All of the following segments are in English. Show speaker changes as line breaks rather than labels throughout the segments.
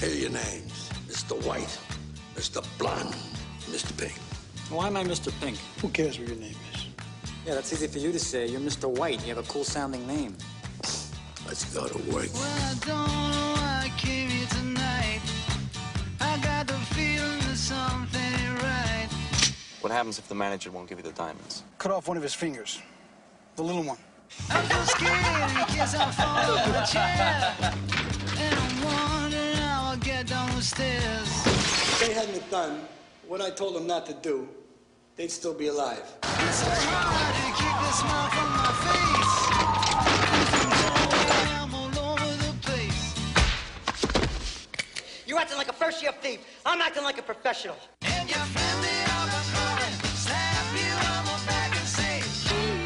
names Mr. White, Mr. Blonde, Mr. Pink.
Why am I Mr. Pink?
Who cares what your name is?
Yeah, that's easy for you to say. You're Mr. White. You have a cool sounding name.
Let's go to work.
Well, I don't know why I came here tonight. I got the feeling that something ain't right.
What happens if the manager won't give you the diamonds?
Cut off one of his fingers. The little one.
I'm so scared in case I fall off my chair. And I'm wondering how I'll get down the stairs.
they hadn't done what I told them not to do, they'd still be alive.
It's so hard to keep the smile from my face. I'm all over the place.
You're acting like a first year thief. I'm acting like a professional.
And your friend, they all my problem. Slap you on my back and say,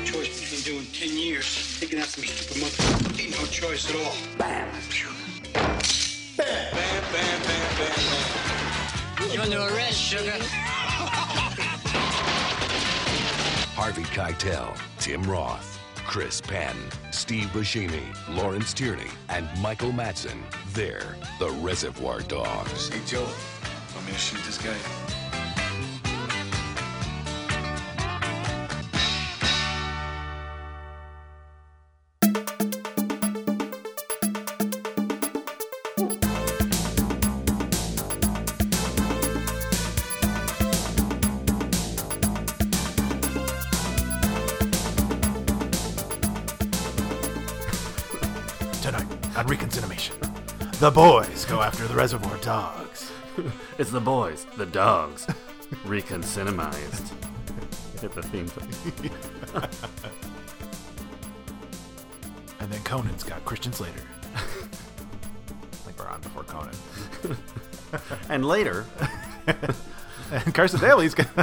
Choice he's been doing 10 years. Taking out some stupid mother. Ain't no choice at all.
You're under arrest, sugar.
Harvey Keitel, Tim Roth, Chris Penn, Steve Buscemi, Lawrence Tierney, and Michael Madsen. They're the Reservoir Dogs.
Hey, Joe, want me to shoot this guy?
Tonight on Reconcinimation, the boys go after the Reservoir Dogs.
It's the boys, the dogs, reconcinimized. Hit the theme thing.
And then Conan's got Christian Slater. like we're on before Conan.
And later,
And Carson Daly's got,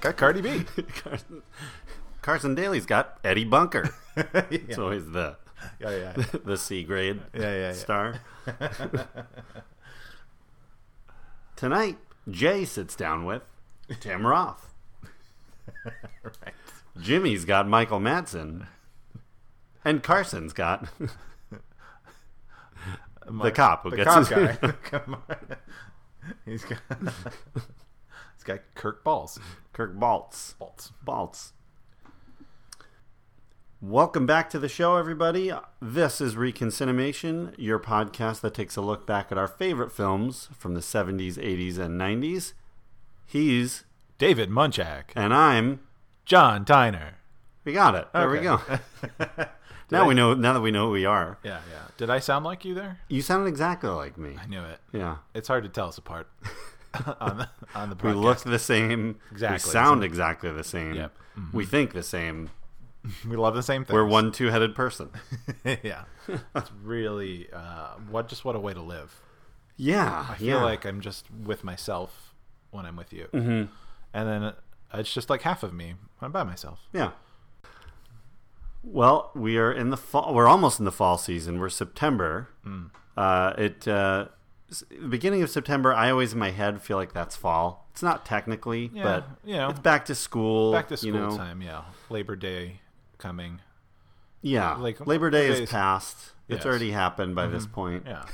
got Cardi B.
Carson, Carson Daly's got Eddie Bunker. It's
yeah,
always the
yeah, yeah.
the C grade
Yeah, yeah, yeah.
star. Tonight, Jay sits down with Tim Roth.
Right.
Jimmy's got Michael Madsen. And Carson's got the cop who
the
gets
cop
his-
guy. Come on. He's got, he's got Kirk Balls.
Kirk Baltz.
Balls.
Baltz. Welcome back to the show, everybody. This is Reconcinimation, your podcast that takes a look back at our favorite films from the 70s, 80s, and 90s. He's,
David Munchak.
and I'm,
John Tyner.
we got it. There we
Okay.
go. now we know, now that we know who we are.
Yeah, yeah. Did I sound like you there?
You sounded exactly like me.
I knew it.
Yeah.
It's hard to tell us apart on the on the podcast.
We look the same.
Exactly.
We sound exactly the same.
Yep. Mm-hmm.
We think the same.
We love the same thing.
We're one two headed person.
yeah. It's really uh, what just what a way to live.
Yeah.
I feel like I'm just with myself when I'm with you,
Mm-hmm.
and then uh, it's just like half of me when I'm by myself.
Yeah. Well, we are in the fall. We're almost in the fall season. We're September.
Mm.
Uh, it uh, s- the beginning of September. I always in my head feel like that's fall. It's not technically,
Yeah,
but
you know.
it's back to school.
Back to school
you know?
time, yeah. Labor Day coming.
Yeah,
Like,
Labor Day is
days-
past.
Yes. Mm-hmm.
It's already happened by this point.
Yeah,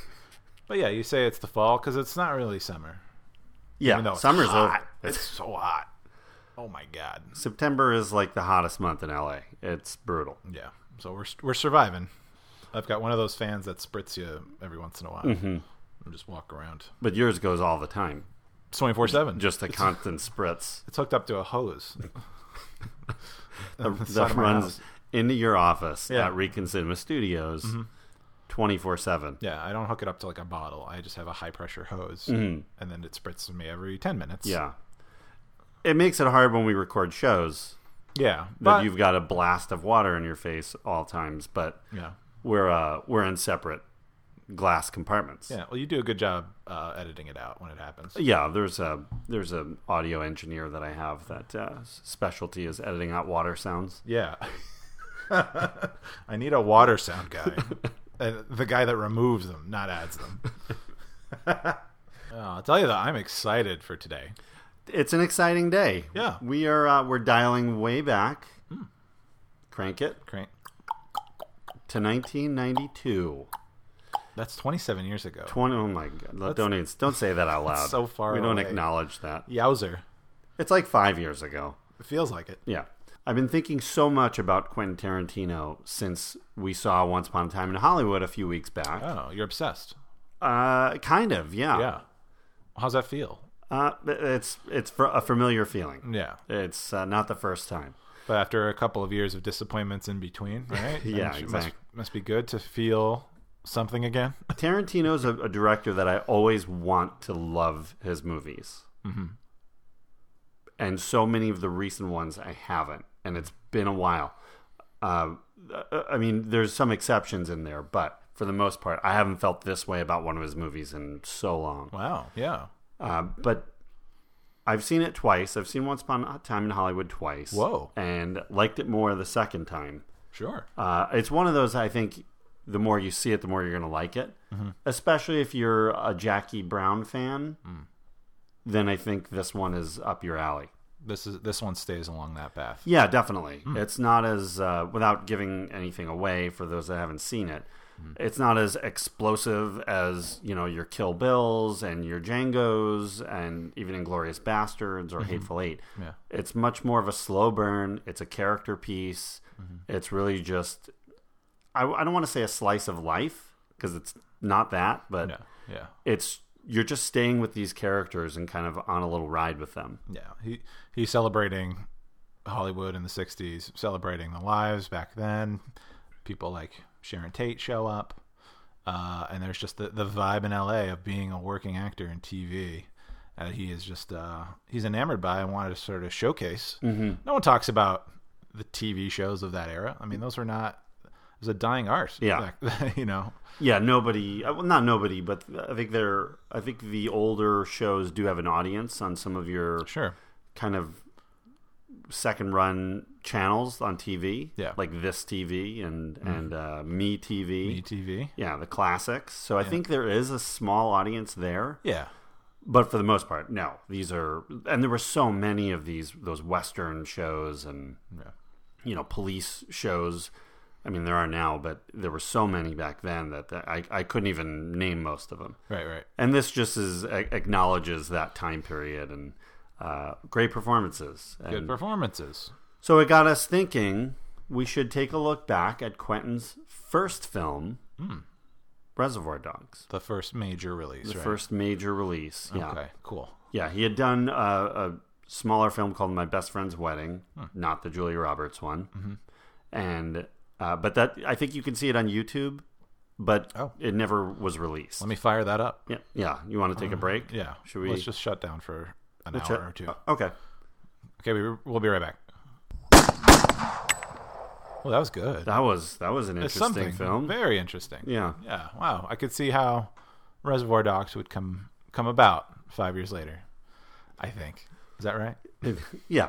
but yeah, you say it's the fall because it's not really summer.
Yeah,
even though it's
summer's
hot.
over.
It's so hot. Oh my god.
September is like the hottest month in LA. It's brutal.
Yeah. So we're we're surviving. I've got one of those fans that spritz you every once in a while.
Mm-hmm.
And just walk around.
But yours goes all the time.
It's twenty four seven.
Just a constant spritz
it's hooked up to a hose.
that runs into your office
Yeah. Mm-hmm.
at Recon Cinema Studios 24 7.
Yeah, I don't hook it up to like a bottle. I just have a high pressure hose, and then it spritzes me every ten minutes.
Mm-hmm. Yeah. It makes it hard when we record shows
yeah.
that
But
you've got a blast of water in your face all times, but
yeah,
we're uh, we're in separate glass compartments.
yeah. Well, you do a good job uh, editing it out when it happens.
Yeah, there's a there's an audio engineer that I have that uh, s- specialty is editing out water sounds.
Yeah. I need a water sound guy. and the guy that removes them, not adds them. Oh, I'll tell you that I'm excited for today.
It's an exciting day.
Yeah. Hmm.
we are uh, we're dialing way back. Crank it
Crank.
to 1992.
That's 27 years ago.
20, oh my god! don't even, don't say that out loud.
so far
We don't
away.
acknowledge that.
Yowzer.
It's like five years ago.
It feels like it.
Yeah. I've been thinking so much about Quentin Tarantino since we saw Once Upon a Time in Hollywood a few weeks back.
Oh, you're obsessed.
Uh, kind of, yeah.
Yeah. How's that feel?
Uh, it's it's fr- a familiar feeling.
Yeah.
It's uh, not the first time.
But after a couple of years of disappointments in between, right?
Yeah,
It must,
exact-
must be good to feel something again.
Tarantino's a, a director that I always want to love his movies.
Mm-hmm.
And so many of the recent ones I haven't. And it's been a while. Uh, uh, I mean, there's some exceptions in there, but for the most part, I haven't felt this way about one of his movies in so long.
Wow. Yeah.
Uh, but I've seen it twice. I've seen Once Upon a Time in Hollywood twice.
Whoa.
And liked it more the second time.
Sure.
Uh, it's one of those I think the more you see it, the more you're going to like it. Especially if you're a Jackie Brown fan, then I think this one is up your alley.
This is this one stays along that path.
Yeah, definitely.
Hmm.
It's not as uh, without giving anything away for those that haven't seen it.
Hmm.
It's not as explosive as you know your Kill Bills and your Django's and even Inglorious Bastards or Hateful Eight.
Mm-hmm. Yeah.
It's much more of a slow burn. It's a character piece.
Mm-hmm.
It's really just I, I don't want to say a slice of life because it's not that, but
Yeah. Yeah.
it's you're just staying with these characters and kind of on a little ride with them.
Yeah. He he's celebrating Hollywood in the '60s, celebrating the lives back then. People like Sharon Tate show up, uh, and there's just the the vibe in LA of being a working actor in TV. that he is just uh, he's enamored by and wanted to sort of showcase.
Mm-hmm.
No one talks about the TV shows of that era. I mean, those were not. It was a dying art.
Yeah.
back- you know.
Yeah, nobody. uh, Well, not nobody, but I think they're. I think the older shows do have an audience on some of your
Sure.
kind of second run channels on TV.
Yeah. Mm-hmm.
like this TV and and uh, Me TV.
ETV.
Yeah, the classics. So I think there is a small audience there,
Yeah.
but for the most part, no. These are and there were so many of these those western shows and
Yeah.
you know police shows i mean there are now but there were so many back then that that i, I couldn't even name most of them
Right. Right.
and this just is a- acknowledges that time period and uh, great performances
Good
and
performances.
so it got us thinking we should take a look back at quentin's first film
Hmm.
reservoir dogs
The first major release.
the
right?
first major release yeah
Okay. Cool.
yeah he had done a, a smaller film called my best friend's wedding not the julia roberts one
Mm-hmm.
and uh, but that i think you can see it on youtube but
Oh.
it never was released
Let me fire that up.
yeah yeah you want to take a break
Yeah.
should we
Let's just shut down for an
Let's
hour
shut-
or two.
uh, okay
Okay, we, we'll be right back. Well, that was good.
that was that was an
It's
interesting
something
film
very interesting.
yeah
Yeah. Wow. I could see how Reservoir Dogs would come come about five years later. I think is that right?
yeah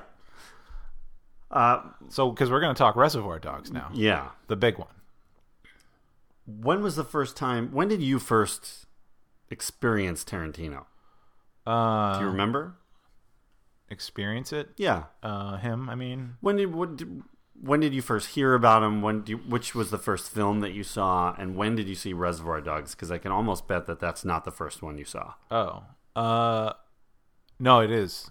So, because we're going to talk Reservoir Dogs now,
yeah
the big one.
when was the first time when did you first experience tarantino
Uh,
do you remember
experience it.
yeah
Uh, him. I mean,
When did what did, when did you first hear about him? When do you, which was the first film that you saw, and when did you see Reservoir Dogs? Because I can almost bet that that's not the first one you saw.
Oh. Uh no, it is.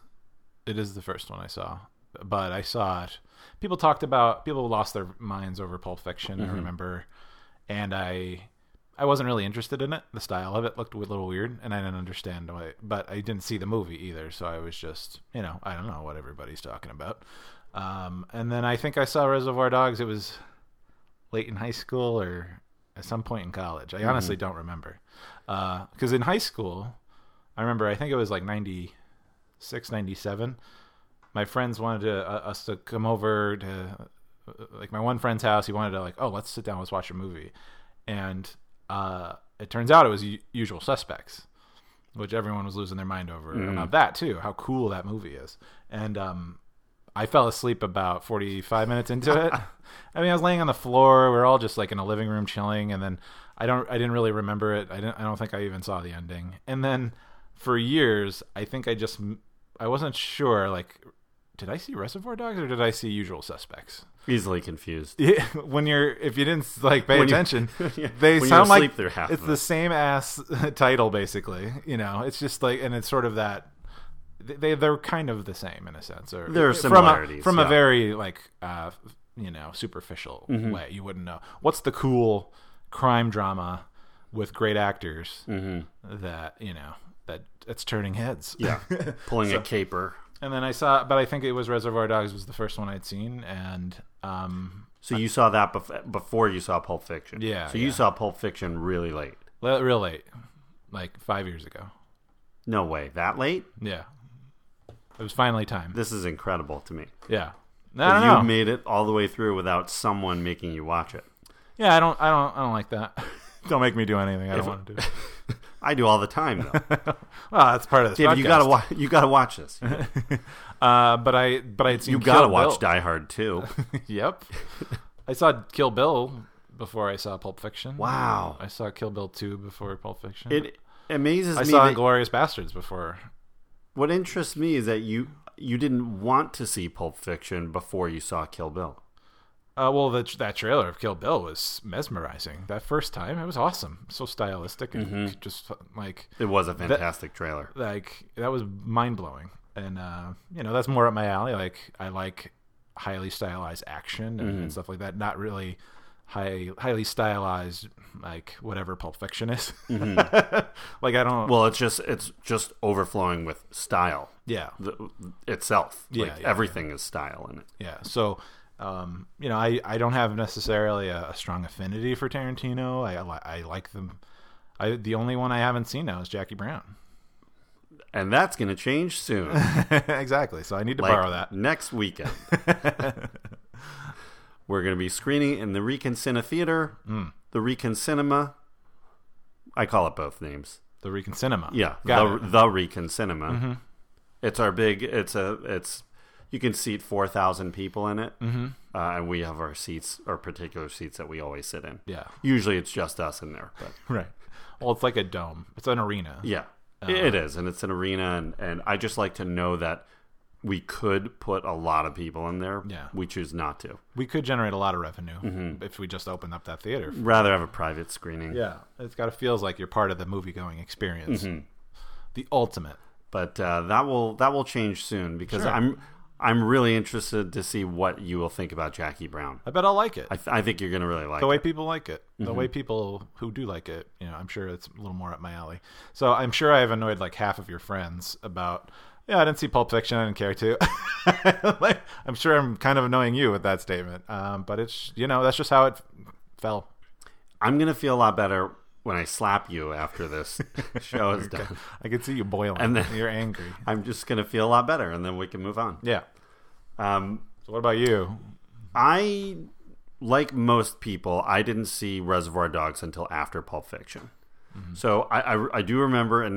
It is the first one I saw. But I saw it. People talked about people lost their minds over Pulp Fiction, I remember. And I I wasn't really interested in it. The style of it looked a little weird and I didn't understand why but I didn't see the movie either, so I was just you know, I don't know what everybody's talking about. Um and then I think I saw Reservoir Dogs, it was late in high school or at some point in college. I honestly don't remember. Because in high school, I remember, I think it was like 96, 97. My friends wanted to, uh, us to come over to, uh, like, my one friend's house. He wanted to, like, oh, let's sit down, let's watch a movie. And uh, it turns out it was U- Usual Suspects, which everyone was losing their mind over about that, too, how cool that movie is. And um, I fell asleep about 45 minutes into it. I mean, I was laying on the floor. We were all just like in a living room chilling, and then I don't, I didn't really remember it. I didn't, I don't think I even saw the ending. And then for years, I think I just, I wasn't sure. Like, did I see Reservoir Dogs or did I see Usual Suspects?
easily confused.
Yeah, when you're if you didn't like pay
When you-
attention,
Yeah,
they
when you
sound
sleep
like
through half
it's
of
the
it.
same ass title basically. You know, it's just like and it's sort of that they they're kind of the same in a sense. Or
There are
from a-
similarities,
from a,
yeah.
very like uh, you know superficial
Mm-hmm.
way. You wouldn't know what's the cool crime drama with great actors that you know that it's turning heads.
Mm-hmm. Yeah, pulling a caper.
and then I saw, but I think it was Reservoir Dogs was the first one I'd seen, and um,
So you saw that bef- before you saw Pulp Fiction.
Yeah,
So
yeah.
you saw Pulp Fiction really late.
le- real late, like five years ago.
No way, that late?
Yeah. It was finally time.
This is incredible to me.
yeah. No,
That
I
you
don't know.
made it all the way through without someone making you watch it.
yeah, I don't I don't I don't like that. don't make me do anything I don't want to do.
I do all the time though.
Well, that's part of this.
David, you
podcast.
gotta watch. You gotta watch this.
Uh, but I but I had seen
You gotta
Kill
watch
Bill.
Die Hard too.
Yep. I saw Kill Bill before I saw Pulp Fiction.
Wow.
I saw Kill Bill 2 before Pulp Fiction.
It amazes
I
me.
saw
that-
Inglorious Bastards before.
what interests me is that you you didn't want to see Pulp Fiction before you saw Kill Bill.
Uh, well, the, that trailer of Kill Bill was mesmerizing. That first time, it was awesome. So stylistic and just like
It was a fantastic trailer.
like that was mind blowing, and uh, you know that's more up my alley. Like I like highly stylized action and,
Mm-hmm.
and stuff like that. Not really high highly stylized like whatever Pulp Fiction is. like I don't.
Mm-hmm. Well, it's just it's just overflowing with style
yeah,
the, itself.
Yeah,
like
yeah,
everything is style in it.
yeah. So. Um, you know, I, I don't have necessarily a, a strong affinity for Tarantino. I, I li- I like them. I the only one I haven't seen now is Jackie Brown.
And that's going to change soon.
exactly. So I need to
like
borrow that.
next weekend. We're going to be screening in the Rican Cinema Theater,
Hmm.
the Rican Cinema. I call it both names.
The Rican Cinema.
Yeah,
Got
the
it. Mm-hmm.
the Rican Cinema. It's our big. It's a. It's you can seat four thousand people in it, mm-hmm. uh, and we have our seats, our particular seats that we always sit in.
Yeah.
usually it's just us in there, but
Right. Well, it's like a dome. It's an arena.
yeah,
Uh-huh.
it is, and it's an arena, and and I just like to know that we could put a lot of people in there.
Yeah.
we choose not to.
We could generate a lot of revenue
Mm-hmm.
if we just opened up that theater.
Rather have a private screening.
Yeah. It's got to feels like you're part of the movie going experience.
Mm-hmm.
The ultimate.
but uh, that will that will change soon because I'm I'm really interested to see what you will think about Jackie Brown.
I bet I'll like it.
I, Mm-hmm. th- I think you're gonna really like
Uh, the way
it.
people like it. The way people who do like it, you know, I'm sure it's a little more up my alley. So I'm sure I have annoyed like half of your friends about yeah, I didn't see Pulp Fiction. I didn't care to. like, I'm sure I'm kind of annoying you with that statement. Um, but it's you know that's just how it fell.
I'm gonna feel a lot better when I slap you after this show is done.
I can see you boiling.
And then-
You're angry.
I'm just gonna feel a lot better, and then we can move on.
Yeah.
Um,
So what about you?
I like most people, I didn't see Reservoir Dogs until after Pulp Fiction. So I, I I do remember in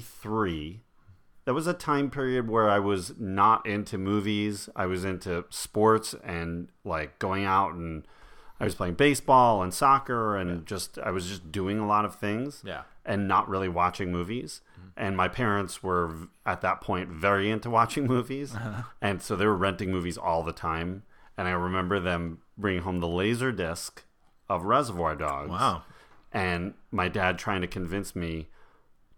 1993. That was a time period where I was not into movies. I was into sports and like going out and I was playing baseball and soccer and just I was just doing a lot of things
Yeah. Mm-hmm.
and not really watching movies. And my parents were v- at that point very into watching movies, and so they were renting movies all the time. And I remember them bringing home the laser disc of Reservoir Dogs.
Wow.
And my dad trying to convince me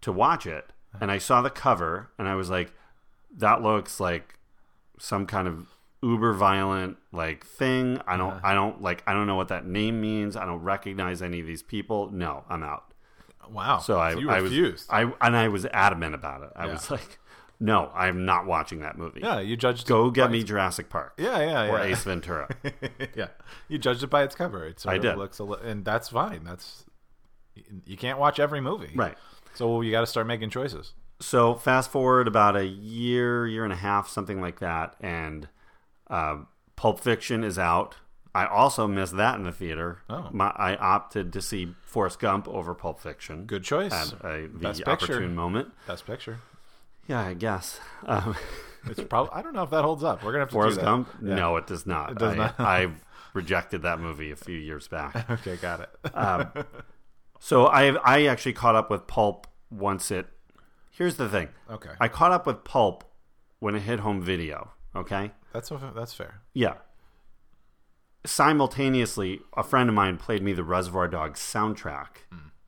to watch it, and I saw the cover, and I was like, "That looks like some kind of." uber violent like thing i
Uh-huh.
don't i don't like i don't know what that name means i don't recognize any of these people no i'm out
Wow.
so I,
you
I
refused.
was, I and I was adamant about it. I was like, "No, I'm not watching that movie.
yeah, you judged.
Go get me Jurassic Park
Yeah, yeah, yeah.
or Ace Ventura."
yeah, you judged it by its cover. It sort
I
of
did.
looks a li- and that's fine. That's you can't watch every movie,
Right.
So you got to start making choices.
so fast forward about a year, year and a half, something like that, and uh, Pulp Fiction is out. I also missed that in the theater.
Oh.
My, I opted to see Forrest Gump over Pulp Fiction.
Good choice.
At a,
Best
uh,
picture.
the opportune moment.
Best picture.
Yeah, I guess. Um,
It's probably. I don't know if that holds up. We're gonna have to
Forrest
do that.
Gump?
Yeah.
No, it does not.
It does
I,
not.
I rejected that movie a few years back.
Okay, got it.
So I I actually caught up with Pulp once it. Here's the thing.
Okay.
I caught up with Pulp when it hit home video. Okay.
that's that's fair.
Yeah. simultaneously, a friend of mine played me the Reservoir Dogs soundtrack,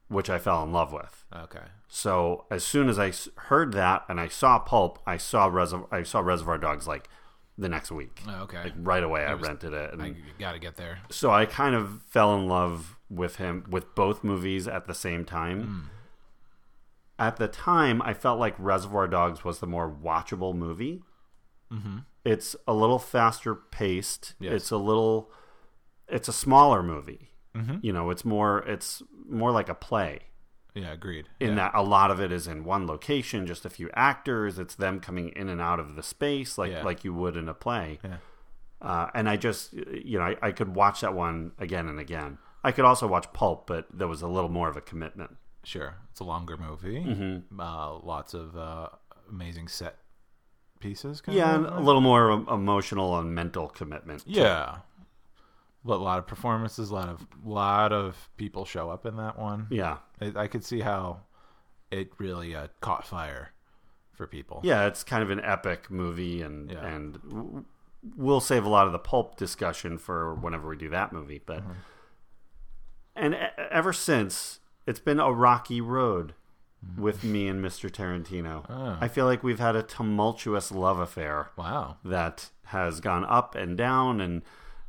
which I fell in love with.
Okay.
So as soon as I s- heard that and I saw Pulp, I saw Reserv- I saw Reservoir Dogs like the next week.
Oh, okay.
Like right away, I rented it, and
You gotta get there.
so I kind of fell in love with him with both movies at the same time. At the time, I felt like Reservoir Dogs was the more watchable movie. It's a little faster paced.
Yes.
It's a little, it's a smaller movie. You know, it's more, it's more like a play
Yeah, agreed.
in that a lot of it is in one location, just a few actors. It's them coming in and out of the space, like
Yeah.
like you would in a play.
Yeah.
Uh, and I just, you know, I, I could watch that one again and again. I could also watch Pulp, but there was a little more of a commitment.
Sure, it's a longer movie.
Mm-hmm.
Uh, lots of uh, amazing set pieces. Kind
Yeah,
of?
and a little more em- emotional and mental commitment.
yeah. But a lot of performances, a lot of lot of people show up in that one.
Yeah,
I, I could see how it really uh, caught fire for people.
yeah. It's kind of an epic movie, and
Yeah.
and w- we'll save a lot of the Pulp discussion for whenever we do that movie. But and e- ever since, it's been a rocky road with me and Mr. Tarantino. I feel like we've had a tumultuous love affair.
Wow.
that has gone up and down and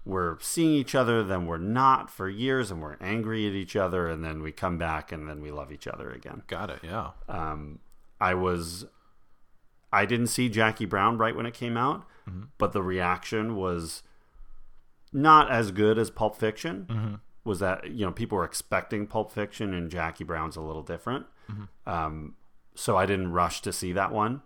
we're seeing each other then we're not for years and we're angry at each other and then we come back and then we love each other again
Got it. Yeah.
i was i didn't see jackie brown right when it came out but the reaction was not as good as pulp fiction was that you know people were expecting pulp fiction and jackie brown's a little different um, so i didn't rush to see that one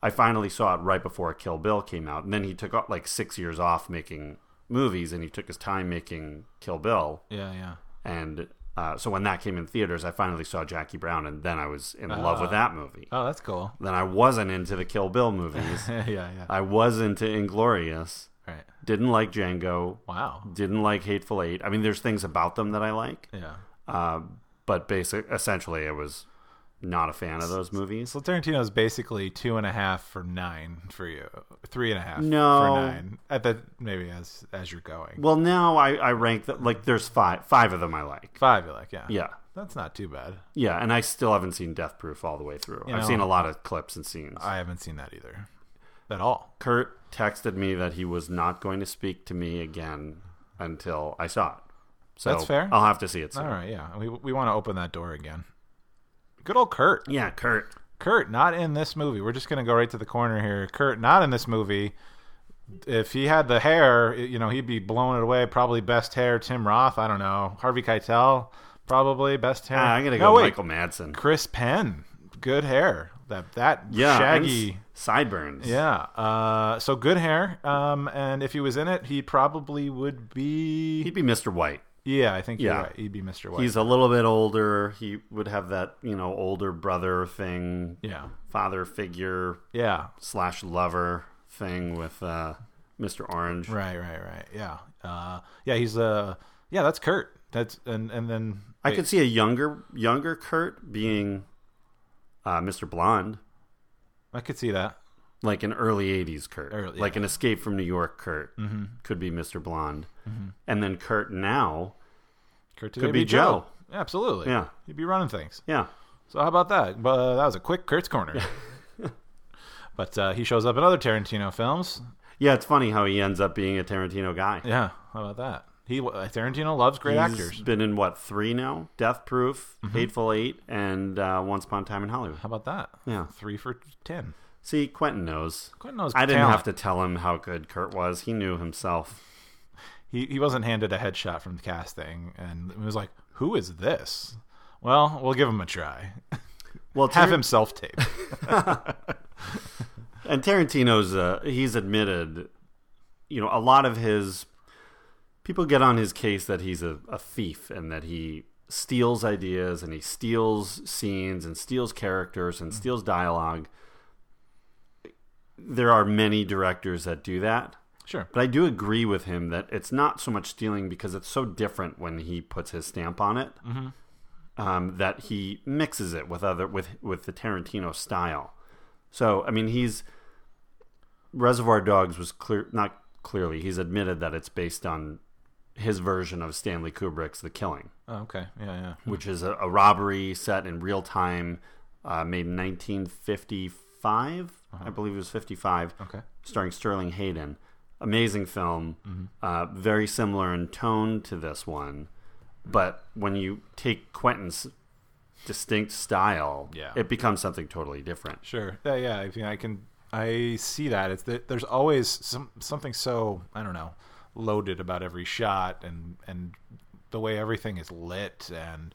I finally saw it right before Kill Bill came out, and then he took off, like six years off making movies, and he took his time making Kill Bill,
Yeah. Yeah.
and uh, so when that came in theaters, I finally saw Jackie Brown, and then I was in love with that movie.
Oh, that's cool.
then I wasn't into the Kill Bill movies.
yeah. Yeah.
I was into Inglorious.
right.
Didn't like Django.
Wow.
Didn't like Hateful Eight. I mean, there's things about them that I like,
Yeah.
but basic, essentially, I was not a fan of those movies.
So Tarantino is basically two and a half for nine for you, three and a half
No.
for nine at the maybe as as you're going.
Well, now I, I rank that like there's five five of them I like.
Five, you're like, yeah,
Yeah.
that's not too bad.
Yeah, and I still haven't seen Death Proof all the way through.
You
I've
know-
seen a lot of clips and scenes.
I haven't seen that either, at all.
Kurt texted me that he was not going to speak to me again until I saw it. So
That's fair.
I'll have to see it soon.
All right, yeah, we we want to open that door again. Good old Kurt.
Yeah, Kurt.
Kurt, not in this movie. We're just gonna go right to the corner here. Kurt, not in this movie. If he had the hair, it- you know, he'd be blowing it away. Probably best hair, Tim Roth. I don't know. Harvey Keitel, probably best hair.
Ah, I'm gonna
No,
go
wait.
Michael Madsen.
Chris Penn, good hair. That that
Yeah, and
shaggy.
s- sideburns.
Yeah. Uh, so good hair. Um, and if he was in it, he probably would be.
he'd be Mr. White.
yeah, I think you're
Yeah.
right. He'd be Mr. White.
He's a little bit older. He would have that you know older brother thing,
yeah.
father figure
Yeah.
slash lover thing with uh, Mr. Orange.
Right. Right. Right. Yeah. Uh, yeah. He's Uh, yeah. That's Kurt. That's and and then
I could see a younger younger Kurt being uh, Mr. Blonde,
I could see that.
like an early '80s Kurt,
Early- Mm-hmm.
like an Escape from New York Kurt, could be Mr. Blonde, and then Kurt now,
Kurt
Could
today
be Joe.
Absolutely.
Yeah.
He'd be running things.
yeah,
So how about that? But uh, that was a quick Kurt's corner. but uh, he shows up in other Tarantino films.
yeah. It's funny how he ends up being a Tarantino guy.
Yeah. How about that? He Tarantino loves great
He's
actors. Mm-hmm.
been in what three now? Death Proof, Hateful Eight, and uh, Once Upon a Time in Hollywood.
How about that?
Yeah.
Three for ten.
See, Quentin knows.
Quentin knows
I didn't
talent.
have to tell him how good Kurt was. He knew himself.
He he wasn't handed a headshot from casting, and it was like, who is this? Well, we'll give him a try.
Well,
Have
Tar-
him self tape.
And Tarantino's uh, he's admitted, you know, a lot of his people get on his case that he's a, a thief and that he steals ideas and he steals scenes and steals characters
Mm.
and steals dialogue. There are many directors that do that.
sure.
But I do agree with him that it's not so much stealing because it's so different when he puts his stamp on it um, that he mixes it with other with with the Tarantino style. So I mean, he's Reservoir Dogs was clear not clearly he's admitted that it's based on his version of Stanley Kubrick's The Killing,
Oh, okay. Yeah, yeah.
which is a, a robbery set in real time, uh, made in 1955. I believe it was 55.
Uh-huh. Okay.
Starring Sterling Hayden. Amazing film.
Mm-hmm.
Uh, very similar in tone to this one. But when you take Quentin's distinct style,
Yeah.
it becomes something totally different.
Sure. Yeah, yeah. I, mean, I can. I see that. It's that there's always some something so I don't know loaded about every shot and and the way everything is lit and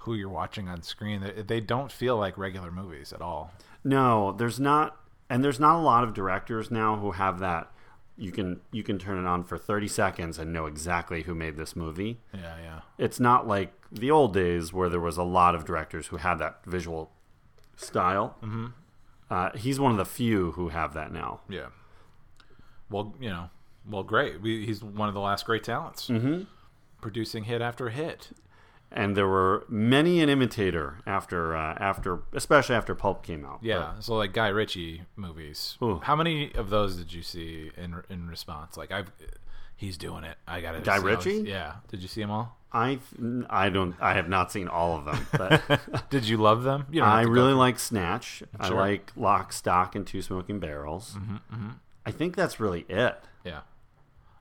who you're watching on screen. They, they don't feel like regular movies at all.
No, there's not, and there's not a lot of directors now who have that. You can you can turn it on for 30 seconds and know exactly who made this movie.
Yeah, yeah.
It's not like the old days where there was a lot of directors who had that visual style. Mm-hmm. Uh, he's one of the few who have that now.
Yeah. Well, you know, well, great. We, he's one of the last great talents, mm-hmm. producing hit after hit.
And there were many an imitator after uh, after especially after Pulp came out.
Yeah. So like Guy Ritchie movies.
Ooh.
How many of those did you see in in response? Like I've, he's doing it. I got to
Guy Ritchie?
Yeah. Did you see them all?
I I don't I have not seen all of them, but
Did you love them? You don't have
I
to go
really
through-
like Snatch. I
Sure. Mm-hmm,
like Lock, Stock, and Two Smoking Barrels. I think that's really it.
Yeah.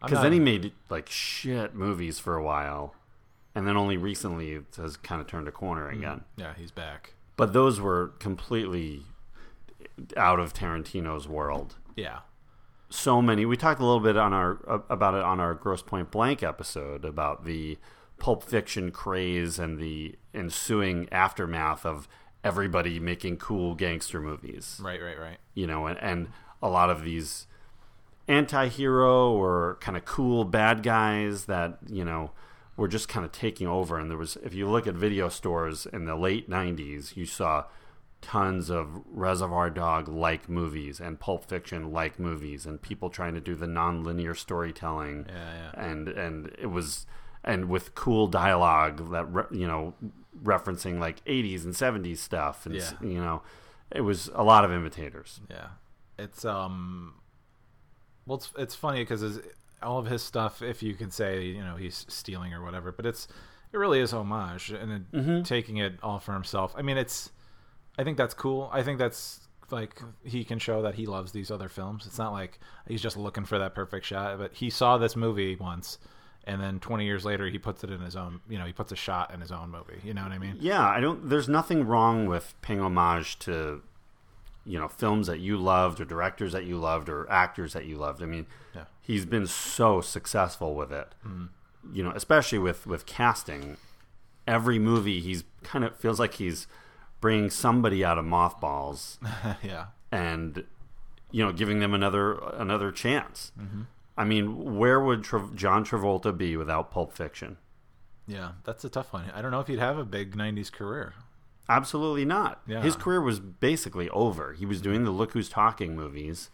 I'm
Because
not-
then he made like shit movies for a while, and then only recently it has kind of turned a corner
Mm-hmm.
again.
Yeah, he's back.
But those were completely out of Tarantino's world.
Yeah.
So many. We talked a little bit on our a- about it on our Gross Point Blank episode about the Pulp Fiction craze and the ensuing aftermath of everybody making cool gangster movies
Right. Right. Right.
you know, and, and a lot of these anti-hero or kind of cool bad guys that, you know, were just kind of taking over. And there was, if you look at video stores in the late 90s, you saw tons of Reservoir Dog like movies and Pulp Fiction like movies and people trying to do the non-linear storytelling.
Yeah,
And, and it was, and with cool dialogue that, re, you know, referencing like 80s and 70s stuff. And, s-
Yeah.
you know, it was a lot of imitators.
Yeah. It's um. Well, it's it's funny because all of his stuff, if you can say, you know, he's stealing or whatever, but it's it really is homage and it, taking it all for himself. I mean, it's I think that's cool. I think that's like he can show that he loves these other films. It's not like he's just looking for that perfect shot, but he saw this movie once and then 20 years later he puts it in his own, you know, he puts a shot in his own movie. You know what I mean?
Yeah, I don't. There's nothing wrong with paying homage to, you know, films that you loved or directors that you loved or actors that you loved. I mean,
Yeah.
he's been so successful with it. You know, especially with with casting. Every movie, he's kind of feels like he's bringing somebody out of mothballs
yeah.
and you know giving them another another chance. I mean, where would Tra- John Travolta be without Pulp Fiction?
Yeah, that's a tough one. I don't know if he'd have a big 90s career.
Absolutely not.
Yeah.
His career was basically over. He was doing the Look Who's Talking movies,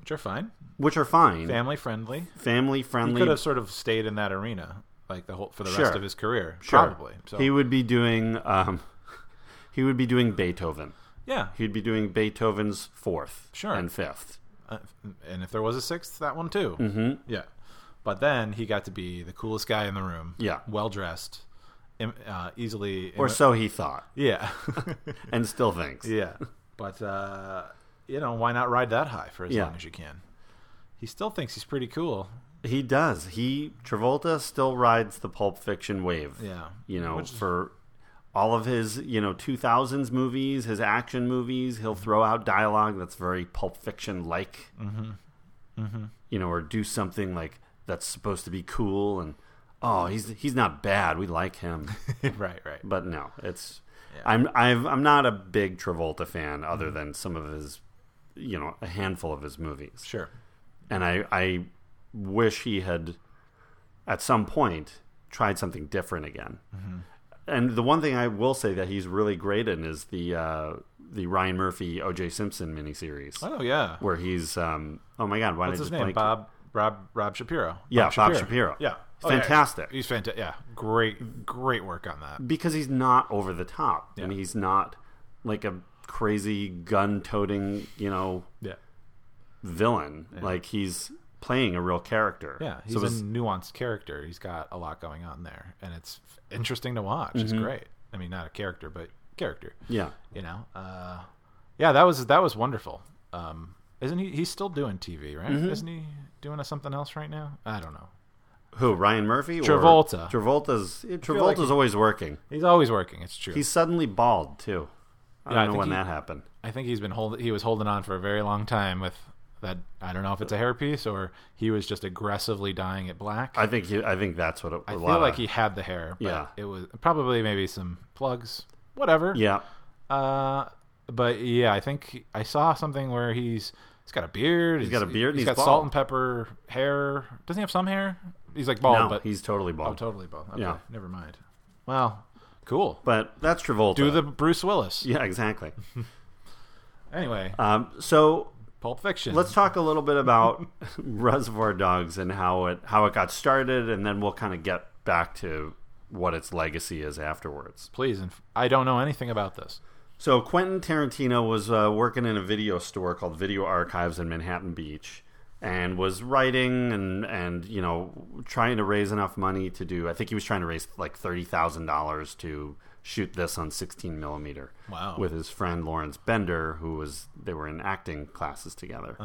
Which are fine.
which are fine,
family friendly.
family
He
friendly.
could have sort of stayed in that arena like the whole for the
Sure.
rest of his career,
Sure.
probably. So
He would be doing. Um, he would be doing Beethoven.
yeah,
He'd be doing Beethoven's fourth
Sure.
and fifth.
Uh, and if there was a sixth, that one too. Mm-hmm. Yeah, but then he got to be the coolest guy in the room.
Yeah.
well dressed, Im- uh, easily.
Or
imi-
so he thought,
yeah,
and still thinks.
yeah. But uh, you know, why not ride that high for as
Yeah.
long as you can? He still thinks he's pretty cool.
He does. He Travolta still rides the Pulp Fiction wave.
Yeah.
you know,
Which is-
for all of his you know 2000s movies, his action movies, he'll throw out dialogue that's very Pulp Fiction like. Mm-hmm. Mm-hmm. You know, or do something like that's supposed to be cool and oh, he's he's not bad. We like him,
right, right.
but no, it's. I'm I've, I'm not a big Travolta fan, other
Mm-hmm.
than some of his, you know, a handful of his movies
Sure.
and I, I wish he had at some point tried something different again.
Mm-hmm.
And the one thing I will say that he's really great in is the uh, the Ryan Murphy O.J. Simpson miniseries,
Oh yeah.
where he's um, oh my god, why
What's
did I
his
just
name?
blank?
Bob Rob Rob Shapiro.
Yeah, Bob Shapiro.
Yeah.
He's fantastic.
He's fantastic. Yeah, great, great work on that.
because he's not over the top and
Yeah.
he's not like a crazy gun toting you know
Yeah,
villain. Like he's playing a real character.
Yeah, he's
so it was-
a nuanced character. He's got a lot going on there, and it's f- interesting to watch. It's
Mm-hmm.
great. I mean, not a character, but character.
yeah,
You know, uh, yeah, that was that was wonderful. Um, isn't he? He's still doing TV, right?
Mm-hmm.
Isn't he doing something else right now? I don't know.
who Ryan Murphy? or-
Travolta.
Travolta's Travolta's
like he-
always working.
He's always working. It's true.
He's suddenly bald too. I
Yeah, I
don't know
think
when
he-
that happened.
I think he's been hold. He was holding on for a very long time with that. I don't know if it's a hairpiece or he was just aggressively dyeing it black.
I think he, I think that's what it,
I feel like he had the hair, but
Yeah.
it was probably maybe some plugs, whatever.
Yeah,
Uh, but yeah, I think I saw something where he's he's got a beard.
He's got a beard and
he's
he's
got salt
bald.
and pepper hair. Doesn't he have some hair? He's like bald,
no,
but
he's totally bald.
oh, totally bald. Okay,
Yeah.
never mind. Well, cool.
But that's Travolta.
Do the Bruce Willis.
yeah, exactly.
Anyway,
Um, so
Pulp Fiction.
let's talk a little bit about Reservoir Dogs and how it how it got started, and then we'll kind of get back to what its legacy is afterwards.
please. And I don't know anything about this.
So Quentin Tarantino was uh, working in a video store called Video Archives in Manhattan Beach, and was writing and and you know trying to raise enough money to do. I think he was trying to raise like thirty thousand dollars to shoot this on sixteen millimeter.
Wow.
With his friend Lawrence Bender, who was they were in acting classes together.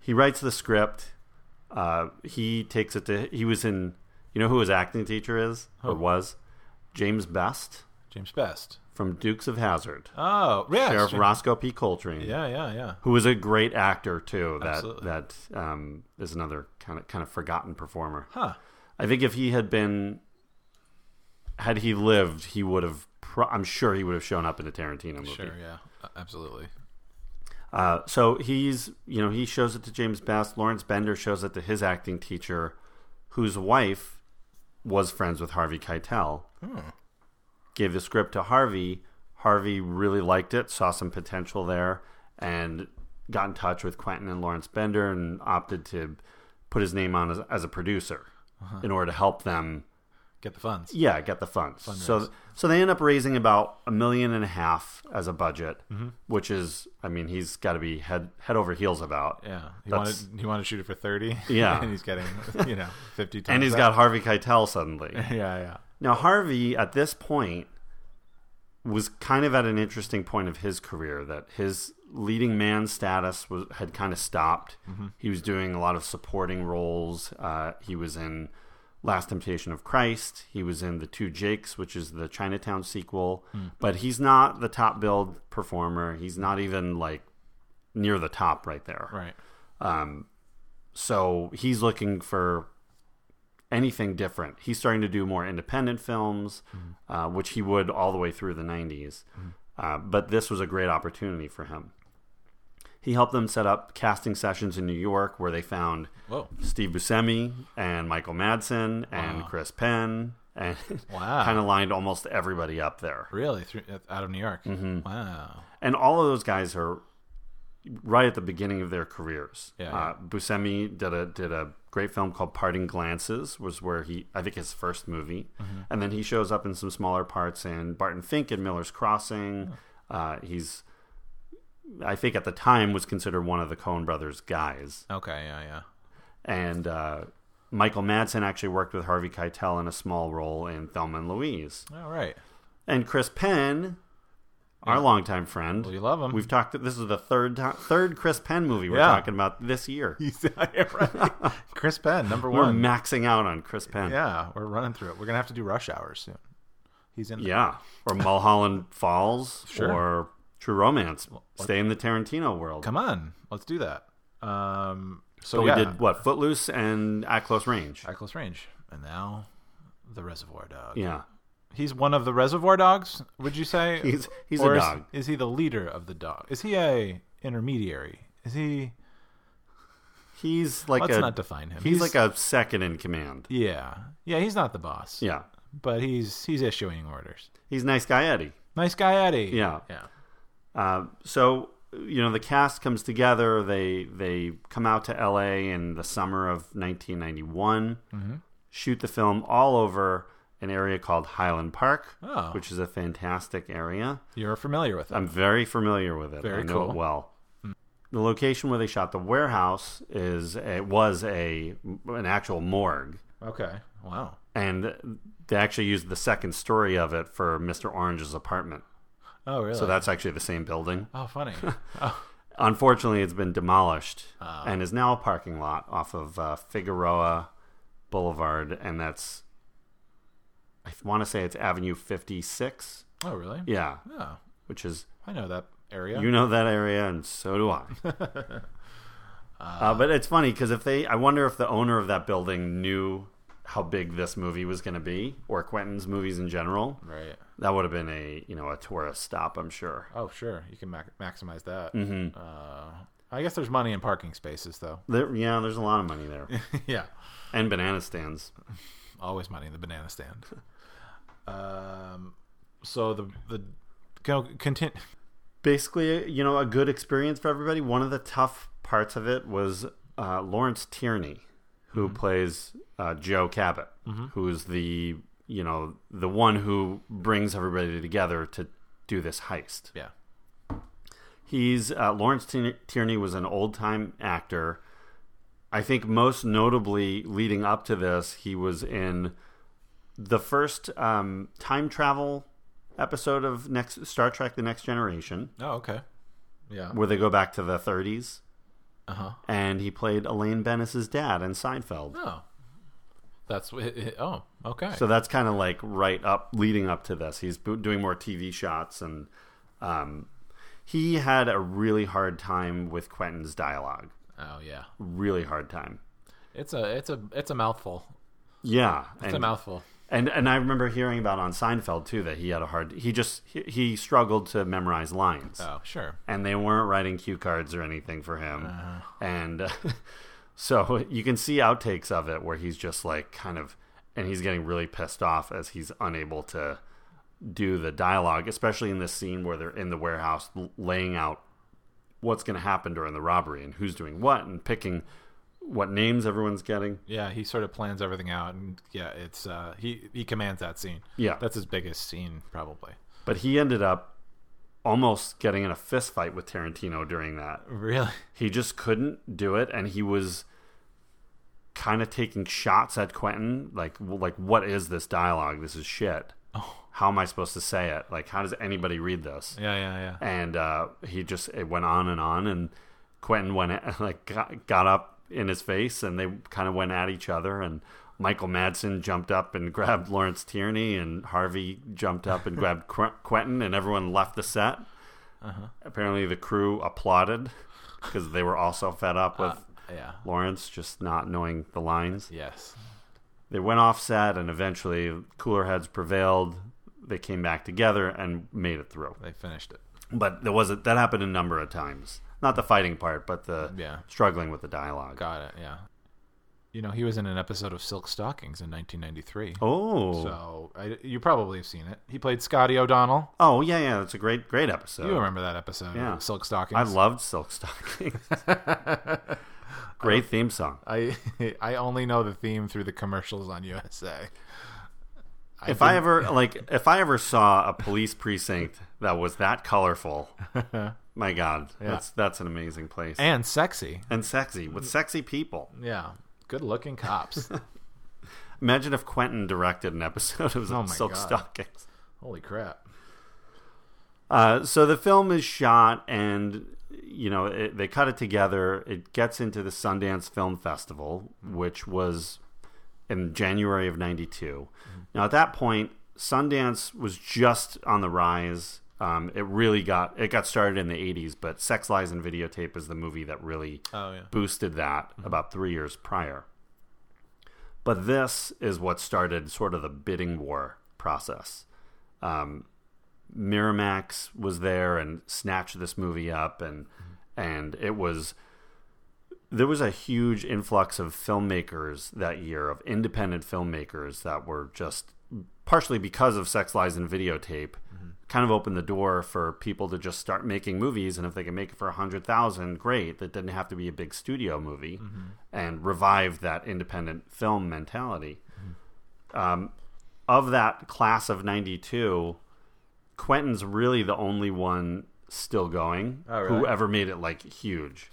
He writes the script. Uh, he takes it to. He was in. You know who his acting teacher is or was? James Best
James Best.
from Dukes of Hazard.
Oh, yeah,
Sheriff
James-
Roscoe P. Coltrane,
Yeah, yeah, yeah.
who is a great actor too. That
Absolutely.
that um, is another kind of kind of forgotten performer.
Huh.
I think if he had been, had he lived, he would have. Pro- I'm sure he would have shown up in a Tarantino movie.
Sure. Yeah. Uh, Absolutely.
Uh, so he's you know he shows it to James Bass. Lawrence Bender shows it to his acting teacher, whose wife was friends with Harvey Keitel. Gave the script to Harvey. Harvey really liked it, saw some potential there, and got in touch with Quentin and Lawrence Bender and opted to put his name on as, as a producer in order to help them
Get the funds.
yeah, get the funds. So so they end up raising about a million and a half as a budget,
Mm-hmm.
which is I mean he's got to be head head over heels about.
Yeah, he
That's-
wanted he wanted to shoot it for thirty.
Yeah.
and he's getting you know fifty. Times
And he's
that.
got Harvey Keitel suddenly.
yeah, yeah.
now Harvey at this point was kind of at an interesting point of his career that his leading man status was had kind of stopped. He was doing a lot of supporting roles. Uh, he was in Last Temptation of Christ. He was in The Two Jakes, which is the Chinatown sequel. But he's not the top billed performer. He's not even like near the top right there.
Right.
So he's looking for anything different. He's starting to do more independent films, uh, which he would all the way through the 90s. Uh, but this was a great opportunity for him. He helped them set up casting sessions in New York where they found
Whoa.
Steve Buscemi and Michael Madsen and Chris Penn and
Wow.
kind of lined almost everybody up there.
Really, through, out of New York.
Mm-hmm.
Wow.
And all of those guys are right at the beginning of their careers.
Yeah,
Uh, Buscemi did a did a great film called Parting Glances, was where he I think his first movie,
Mm-hmm.
and then he shows up in some smaller parts in Barton Fink and Miller's Crossing. Uh, he's I think at the time was considered one of the Coen brothers guys,
Okay. Yeah, yeah.
and uh, Michael Madsen actually worked with Harvey Keitel in a small role in Thelma and Louise,
All right.
and Chris Penn. Our longtime friend,
We love him.
We've talked. This is the third time, third Chris Penn movie we're
Yeah.
talking about this year.
right. Chris Penn, number
We're
one.
maxing out on Chris Penn.
yeah, we're running through it. We're gonna have to do rush hours soon. He's in.
Yeah. Or Mulholland Falls.
Sure.
Or True Romance. Stay in the Tarantino world.
Come on, let's do that. Um. So
But
yeah,
we did what? Footloose and At Close Range.
at close range, and now the Reservoir Dog.
Yeah.
He's one of the Reservoir Dogs. Would you say
He's- he's a
Or is-
dog.
Is he the leader of the dog? Is he a intermediary? Is he?
He's like
Let's
a.
not define him.
He's, like a second in command.
Yeah, yeah. He's not the boss.
Yeah.
but he's he's issuing orders.
He's nice guy Eddie.
Nice guy, Eddie.
Yeah.
yeah.
Uh, so you know the cast comes together. They they come out to L.A. in the summer of 1991.
Mm-hmm.
Shoot the film all over an area called Highland Park,
Oh.
which is a fantastic area.
You're familiar with him.
I'm very familiar with it.
Very
I know
cool. Mm.
it well. The location where they shot the warehouse is it was a an actual morgue,
Okay. Wow.
and they actually used the second story of it for Mister Orange's apartment.
Oh, really?
So that's actually the same building.
oh, funny.
Unfortunately, it's been demolished and is now a parking lot off of uh, Figueroa Boulevard, and that's I want to say it's Avenue Fifty Six.
oh, really?
Yeah,
Oh,
which is
I know that area.
You know that area, and so do I. uh, but it's funny because if they, I wonder if the owner of that building knew how big this movie was going to be, or Quentin's movies in general.
right.
That would have been a you know a tourist stop, I'm sure.
Oh, sure. You can ma- maximize that. Mm-hmm. Uh, I guess there's money in parking spaces, though.
There, yeah, there's a lot of money there,
yeah.
and banana stands.
Always money in the banana stand. um, so the the go content.
Basically, you know, a good experience for everybody. One of the tough parts of it was uh, Lawrence Tierney, who plays uh, Joe Cabot, who's the you know the one who brings everybody together to do this heist.
Yeah.
He's uh, Lawrence Tier- Tierney was an old time actor. I think most notably, leading up to this, he was in the first um, time travel episode of next Star Trek: The Next Generation,
Oh, okay. Yeah.
where they go back to the 30s. And he played Elaine Bennis's dad in Seinfeld.
Uh-huh. Oh, that's wh- it, it- oh okay.
So that's kind of like right up leading up to this. He's bo- doing more TV shots, and um, he had a really hard time with Quentin's dialogue.
oh yeah.
Really hard time.
It's a it's a it's a mouthful.
Yeah,
It's
and,
a mouthful.
And and I remember hearing about on Seinfeld too that he had a hard. He just he, he struggled to memorize lines,
Oh sure.
and they weren't writing cue cards or anything for him. And uh, so you can see outtakes of it where he's just like kind of, and he's getting really pissed off as he's unable to do the dialogue, especially in this scene where they're in the warehouse l- laying out what's going to happen during the robbery and who's doing what and picking what names everyone's getting.
Yeah, he sort of plans everything out, and yeah, it's uh, he he commands that scene.
Yeah.
that's his biggest scene probably.
But he ended up almost getting in a fist fight with Tarantino during that.
Really?
He just couldn't do it, and he was kind of taking shots at Quentin, like well, like what is this dialogue? This is shit. How am I supposed to say it? Like how does anybody read this?
Yeah, yeah, yeah.
And uh, he just it went on and on, and Quentin went at, like got, got up in his face, and they kind of went at each other, and. Michael Madsen jumped up and grabbed Lawrence Tierney, and Harvey jumped up and grabbed Qu- Quentin, and everyone left the set
Uh-huh.
apparently the crew applauded because they were also fed up with
Uh, yeah.
Lawrence just not knowing the lines.
Yes.
They went off set and eventually cooler heads prevailed. They came back together and made it through.
They finished it.
But there was a, that happened a number of times. Not the fighting part, but the
Yeah.
struggling with the dialogue.
Got it. Yeah. You know, he was in an episode of Silk Stockings in 1993.
Oh,
So I, you probably have seen it. He played Scotty O'Donnell.
oh yeah, yeah. That's a great, great episode.
You remember that episode?
Uh, Yeah.
of Silk Stockings.
I loved Silk Stockings. great theme song.
I I only know the theme through the commercials on USA.
if I ever like if I ever saw a police precinct that was that colorful, my God, that's that's an amazing place and,
And sexy.
sexy with sexy people.
Yeah. Good looking cops.
Imagine if Quentin directed an episode of
Oh my
Silk
God.
Stockings.
Holy crap.
Uh, so the film is shot, and you know it, they cut it together. It gets into the Sundance Film Festival, which was in January of '92.
Mm-hmm.
Now at that point, Sundance was just on the rise. Um, it really got it got started in the '80s, but Sex Lies and Videotape is the movie that really
Oh, yeah. Mm-hmm.
boosted that about three years prior. But this is what started sort of the bidding war process. Um, Miramax was there and snatched this movie up, and and it was there was a huge influx of filmmakers that year of independent filmmakers that were just partially because of Sex Lies and Videotape.
Mm-hmm.
Kind of opened the door for people to just start making movies, and if they can make it for a hundred thousand, great. That didn't have to be a big studio movie,
Mm-hmm.
and revived that independent film mentality.
Mm-hmm.
Um, of that class of '92, Quentin's really the only one still going.
Oh, really?
Whoever made it like huge.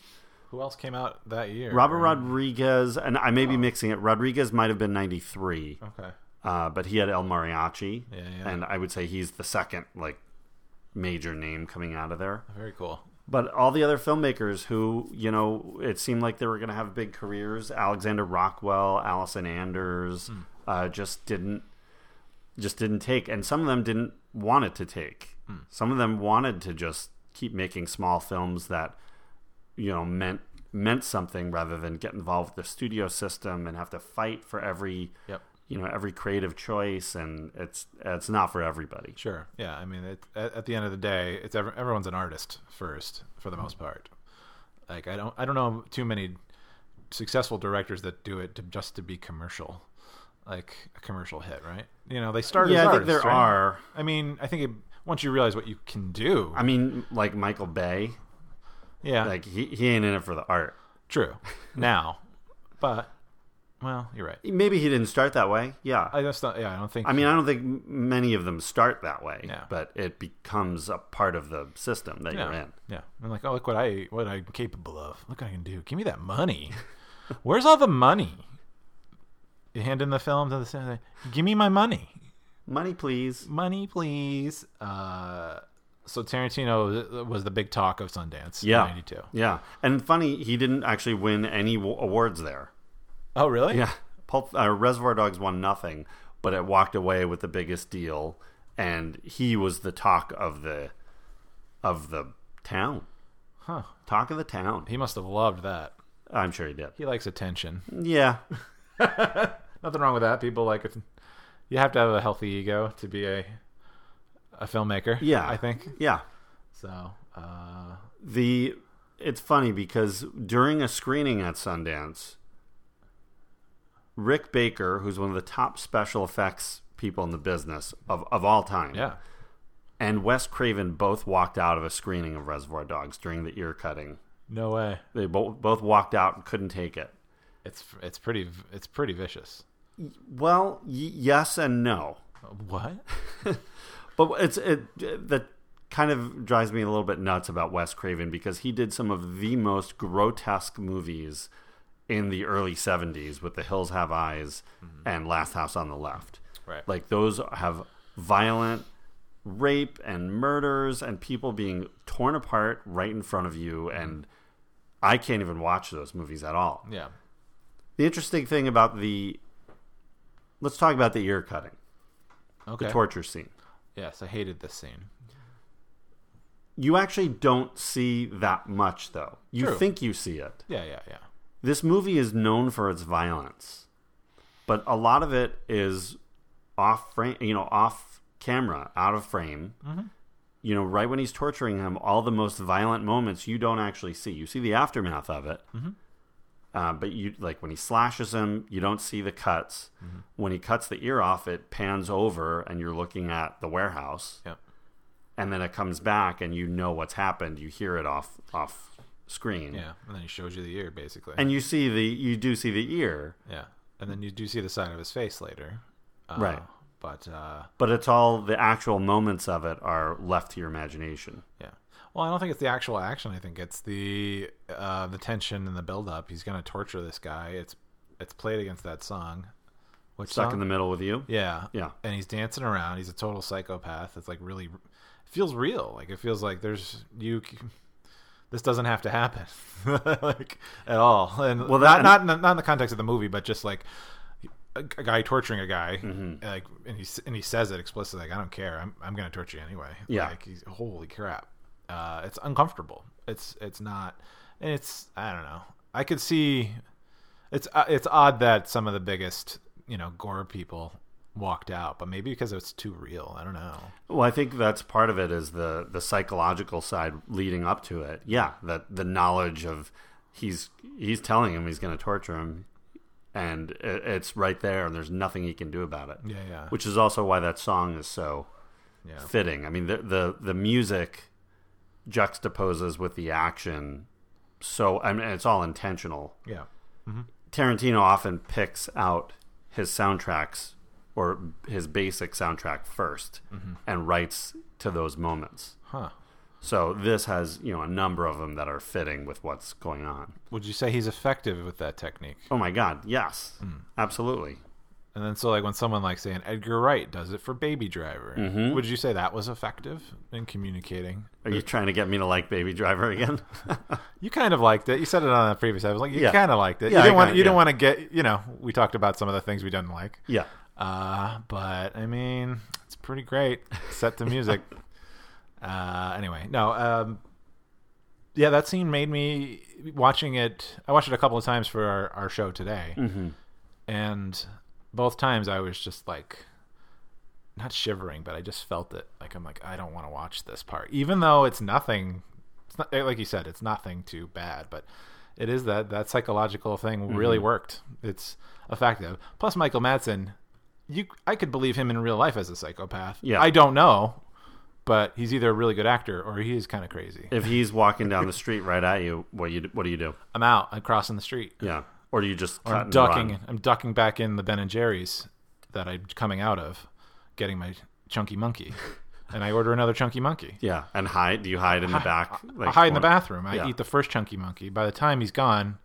Who else came out that year?
Robert
Right?
Rodriguez, and I may be mixing it. Rodriguez might have been '93,
Okay.
uh, but he had El Mariachi,
Yeah, yeah.
and I would say he's the second like major name coming out of there.
Very cool.
But all the other filmmakers who, you know, it seemed like they were going to have big careers, Alexander Rockwell, Allison Anders, uh, just didn't just didn't take and some of them didn't want it to take. Some of them wanted to just keep making small films that you know meant meant something rather than get involved with the studio system and have to fight for every
Yep.
you know every creative choice and it's it's not for everybody.
Sure. Yeah. I mean, it, at, at the end of the day, it's ever, everyone's an artist first, for the most part. Like I don't, I don't know too many successful directors that do it to, just to be commercial, like a commercial hit, right? You know, they started.
Yeah,
as
I think
artists,
there
right?
are.
I mean, I think it, once you realize what you can do,
I mean like Michael Bay
yeah,
like he, he ain't in it for the art.
true. now, but well, you're right.
Maybe he didn't start that way. Yeah. I,
I just don't. Yeah, I don't think.
mean, I don't think m- many of them start that way,
Yeah.
but it becomes a part of the system that you're
Yeah.
in.
Yeah. And like, oh, look what I what I'm capable of. Look what I can do. Give me that money. Where's all the money? You hand in the film to the center. Give me my money.
Money, please.
Money, please. Uh, so Tarantino was the big talk of Sundance. in
Yeah.
92.
Yeah. And funny, he didn't actually win any w- awards there.
Oh, really?
Yeah. Pulp, uh, Reservoir Dogs won nothing, but it walked away with the biggest deal, and he was the talk of the of the town.
Huh.
Talk of the town.
He must have loved that.
I'm sure he did.
He likes attention.
Yeah.
Nothing wrong with that. People like it. You have to have a healthy ego to be a a filmmaker.
Yeah.
I think
Yeah.
so. Uh,
the it's funny because during a screening at Sundance, Rick Baker, who's one of the top special effects people in the business of, of all time,
yeah.
and Wes Craven both walked out of a screening of Reservoir Dogs during the ear cutting.
No way.
They both both walked out and couldn't take it.
It's it's pretty it's pretty vicious.
Well, y- yes and no.
What?
But it's it that kind of drives me a little bit nuts about Wes Craven because he did some of the most grotesque movies in the early 70s with The Hills Have Eyes and Last House on the Left.
Mm-hmm. Right.
Like those have violent rape and murders and people being torn apart right in front of you
Mm-hmm.
and I can't even watch those movies at all.
Yeah.
The interesting thing about the let's talk about the ear cutting,
Okay.
the torture scene.
yes, I hated this scene.
You actually don't see that much, though. You
True.
think you see it.
Yeah, yeah, yeah.
This movie is known for its violence, but a lot of it is off frame, you know, off camera, out of frame. You know, right when he's torturing him, all the most violent moments you don't actually see. You see the aftermath of it, uh, but you like when he slashes him, you don't see the cuts. When he cuts the ear off, it pans over, and you're looking at the warehouse
Yep.
and then it comes back and you know what's happened you hear it off off screen
Yeah. And then he shows you the ear basically.
and you see the you do see the ear
yeah. And then you do see the side of his face later. Uh,
Right.
But uh
but it's all the actual moments of it are left to your imagination
yeah. Well, I don't think it's the actual action. I think it's the uh the tension and the build up. He's going to torture this guy. It's it's played against that song. Which
stuck
song?
in the middle with you
Yeah.
Yeah.
And he's dancing around. He's a total psychopath. It's like really it feels real. Like it feels like there's you c- this doesn't have to happen like at all. And well,
Well,
that, not
that-
not in the, not in the context of the movie, but just like a, a guy torturing a guy like and he s- and he says it explicitly like I don't care. I'm I'm going to torture you anyway.
Yeah.
Like he's holy crap. Uh it's uncomfortable. It's it's not and it's I don't know. I could see it's uh, it's odd that some of the biggest you know gore people walked out, but maybe because it's too real. I don't know.
well i think that's part of it is the the psychological side leading up to it yeah that the knowledge of he's he's telling him he's going to torture him and it, it's right there and there's nothing he can do about it
Yeah, yeah.
which is also why that song is so
Yeah.
fitting. I mean, the, the the music juxtaposes with the action, so I mean, it's all intentional.
yeah,
Tarantino often picks out his soundtracks or his basic soundtrack 1st and writes to those moments.
huh?
So this has you know a number of them that are fitting with what's going on.
Would you say he's effective with that technique?
Oh my God, yes, absolutely.
And then so like when someone like saying Edgar Wright does it for Baby Driver, would you say that was effective in communicating?
Are you trying to get me to like Baby Driver again?
You kind of liked it. You said it on a previous episode. Like you
Yeah.
kind of liked it.
Yeah,
you
I
didn't want
kinda-
you didn't
yeah.
want to get you know we talked about some of the things we didn't like.
yeah,
Uh, but I mean, it's pretty great. Set to music. uh, anyway, no. Um, yeah, that scene made me watching it. I watched it a couple of times for our, our show today, and both times I was just like, not shivering, but I just felt it. Like I'm like, I don't want to watch this part, even though it's nothing. It's not like you said, it's nothing too bad, but it is that that psychological thing really worked. It's effective. Plus, Michael Madsen, you I could believe him in real life as a psychopath.
Yeah.
I don't know, but he's either a really good actor or he is kind of crazy.
if he's walking down the street right at you, what you what do you do?
I'm out. I'm crossing the street.
Yeah, or do you just cut
I'm
and
ducking.
run?
I'm ducking back in the Ben and Jerry's that I'm coming out of, getting my chunky monkey, and I order another chunky monkey.
Yeah, and hide. Do you hide in the back?
I hide in the
one-
bathroom. I
Yeah.
eat the first chunky monkey. By the time he's gone,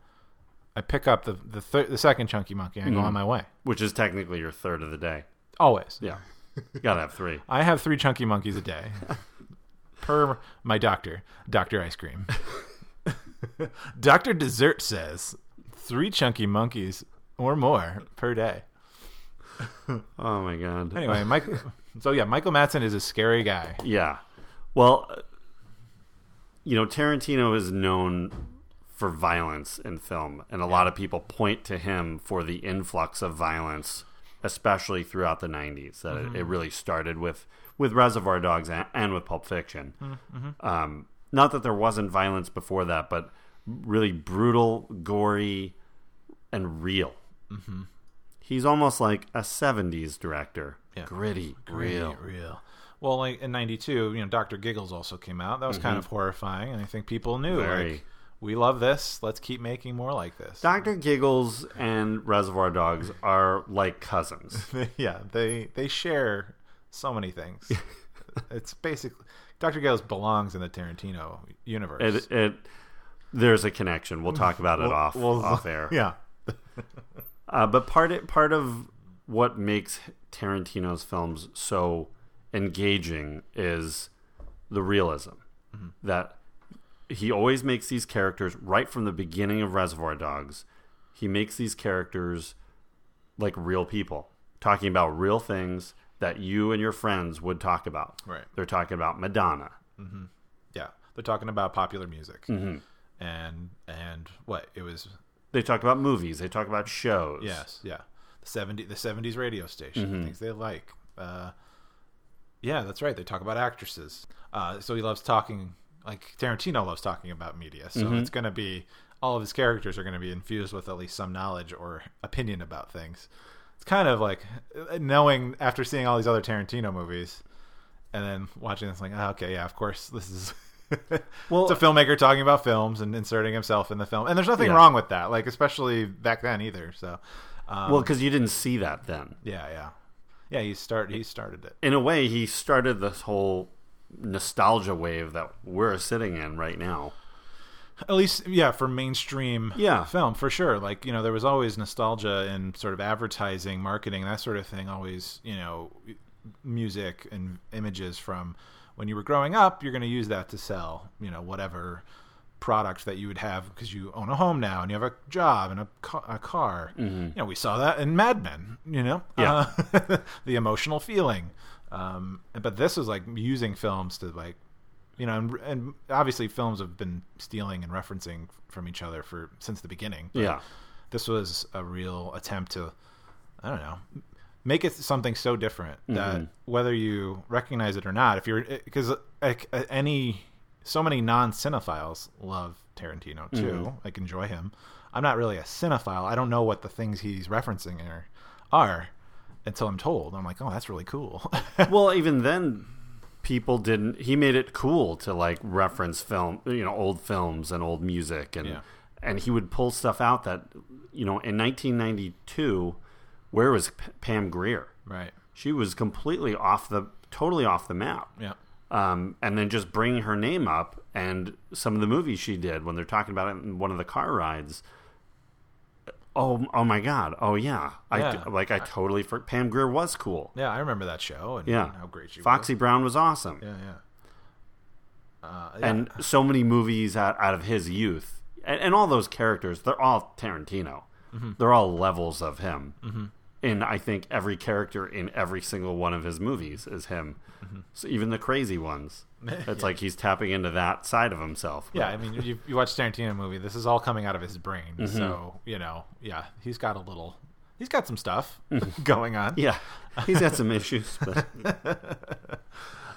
I pick up the the, thir- the second chunky monkey and I
Mm-hmm.
go on my way.
which is technically your third of the day.
Always.
Yeah, you gotta have three.
I have three chunky monkeys a day, per my doctor, Doctor Ice Cream. Doctor Dessert says three chunky monkeys or more per day.
Oh my god.
Anyway, Mike. So yeah, Michael Madsen is a scary guy.
Yeah. Well, uh, you know, Tarantino is known for violence in film, and a lot of people point to him for the influx of violence, especially throughout the 90s. That it, it really started with, with Reservoir Dogs and, and with Pulp Fiction. Um, not that there wasn't violence before that, but really brutal, gory, and real. He's almost like a 70s director. Gritty, real.
real. Well, like in '92, you know, Doctor Giggles also came out. That was kind of horrifying, and I think people knew
Mm-hmm. Very.
like we love this. Let's keep making more like this.
Dr. Giggles and Reservoir Dogs are like cousins.
yeah, they they share so many things. it's basically Doctor Giggles belongs in the Tarantino universe.
It, it there's a connection. We'll talk about it off
Well,
off air.
Yeah,
Uh, but part it, part of what makes Tarantino's films so engaging is the realism
Mm-hmm.
that he always makes these characters right from the beginning of Reservoir Dogs. He makes these characters like real people talking about real things that you and your friends would talk about.
Right.
They're talking about Madonna.
yeah. They're talking about popular music,
Mm-hmm.
and and what it was.
They talk about movies. They talk about shows. Mm-hmm.
Yes, yeah. The seventy the seventies radio station the things they like. Uh, yeah, that's right. They talk about actresses. Uh, so he loves talking. Like Tarantino loves talking about media. So
Mm-hmm.
it's going to be all of his characters are going to be infused with at least some knowledge or opinion about things. It's kind of like uh, knowing after seeing all these other Tarantino movies and then watching this like oh, okay yeah of course this is well it's a filmmaker talking about films and inserting himself in the film and there's nothing
Yeah.
wrong with that like especially back then either so um,
Well, because you didn't see that then.
yeah yeah yeah he start he started it
in a way, he started this whole nostalgia wave that we're sitting in right now.
at least yeah for mainstream
Yeah.
film for sure like you know there was always nostalgia in sort of advertising marketing that sort of thing always you know music and images from when you were growing up you're going to use that to sell you know whatever product that you would have because you own a home now and you have a job and a, ca- a car you know we saw that in mad men you know
Mm-hmm. Yeah.
uh, the emotional feeling um, but this was like using films to like you know, and, and obviously films have been stealing and referencing from each other for since the beginning. but
Yeah.
this was a real attempt to, I don't know, make it something so different
Mm-hmm.
that whether you recognize it or not, if you're because like, uh, any so many non cinephiles love Tarantino too,
Mm-hmm.
like enjoy him. I'm not really a cinephile. I don't know what the things he's referencing are, are until I'm told. I'm like, oh, that's really cool.
Well, even then, people didn't. He made it cool to like reference film, you know, old films and old music, and
Yeah.
and he would pull stuff out that, you know, in 1992, where was P- Pam Greer?
right.
She was completely off the, totally off the map.
Yeah.
um, and then just bring her name up and some of the movies she did when they're talking about it in one of the car rides. Oh, oh my God! Oh yeah, I
Yeah.
like I totally. For, Pam Grier was cool.
Yeah, I remember that show and
Yeah,
how great she
Foxy Brown was awesome,
was. Yeah, yeah. Uh, yeah.
and so many movies out, out of his youth, and, and all those characters. They're all Tarantino.
Mm-hmm.
They're all levels of him. And I think every character in every single one of his movies is him.
Mm-hmm.
So even the crazy ones, it's like he's tapping into that side of himself.
Yeah,
But-
I mean, you, you watch Tarantino movie. This is all coming out of his brain. So you know, yeah, he's got a little, he's got some stuff going on.
Yeah, he's got some issues, but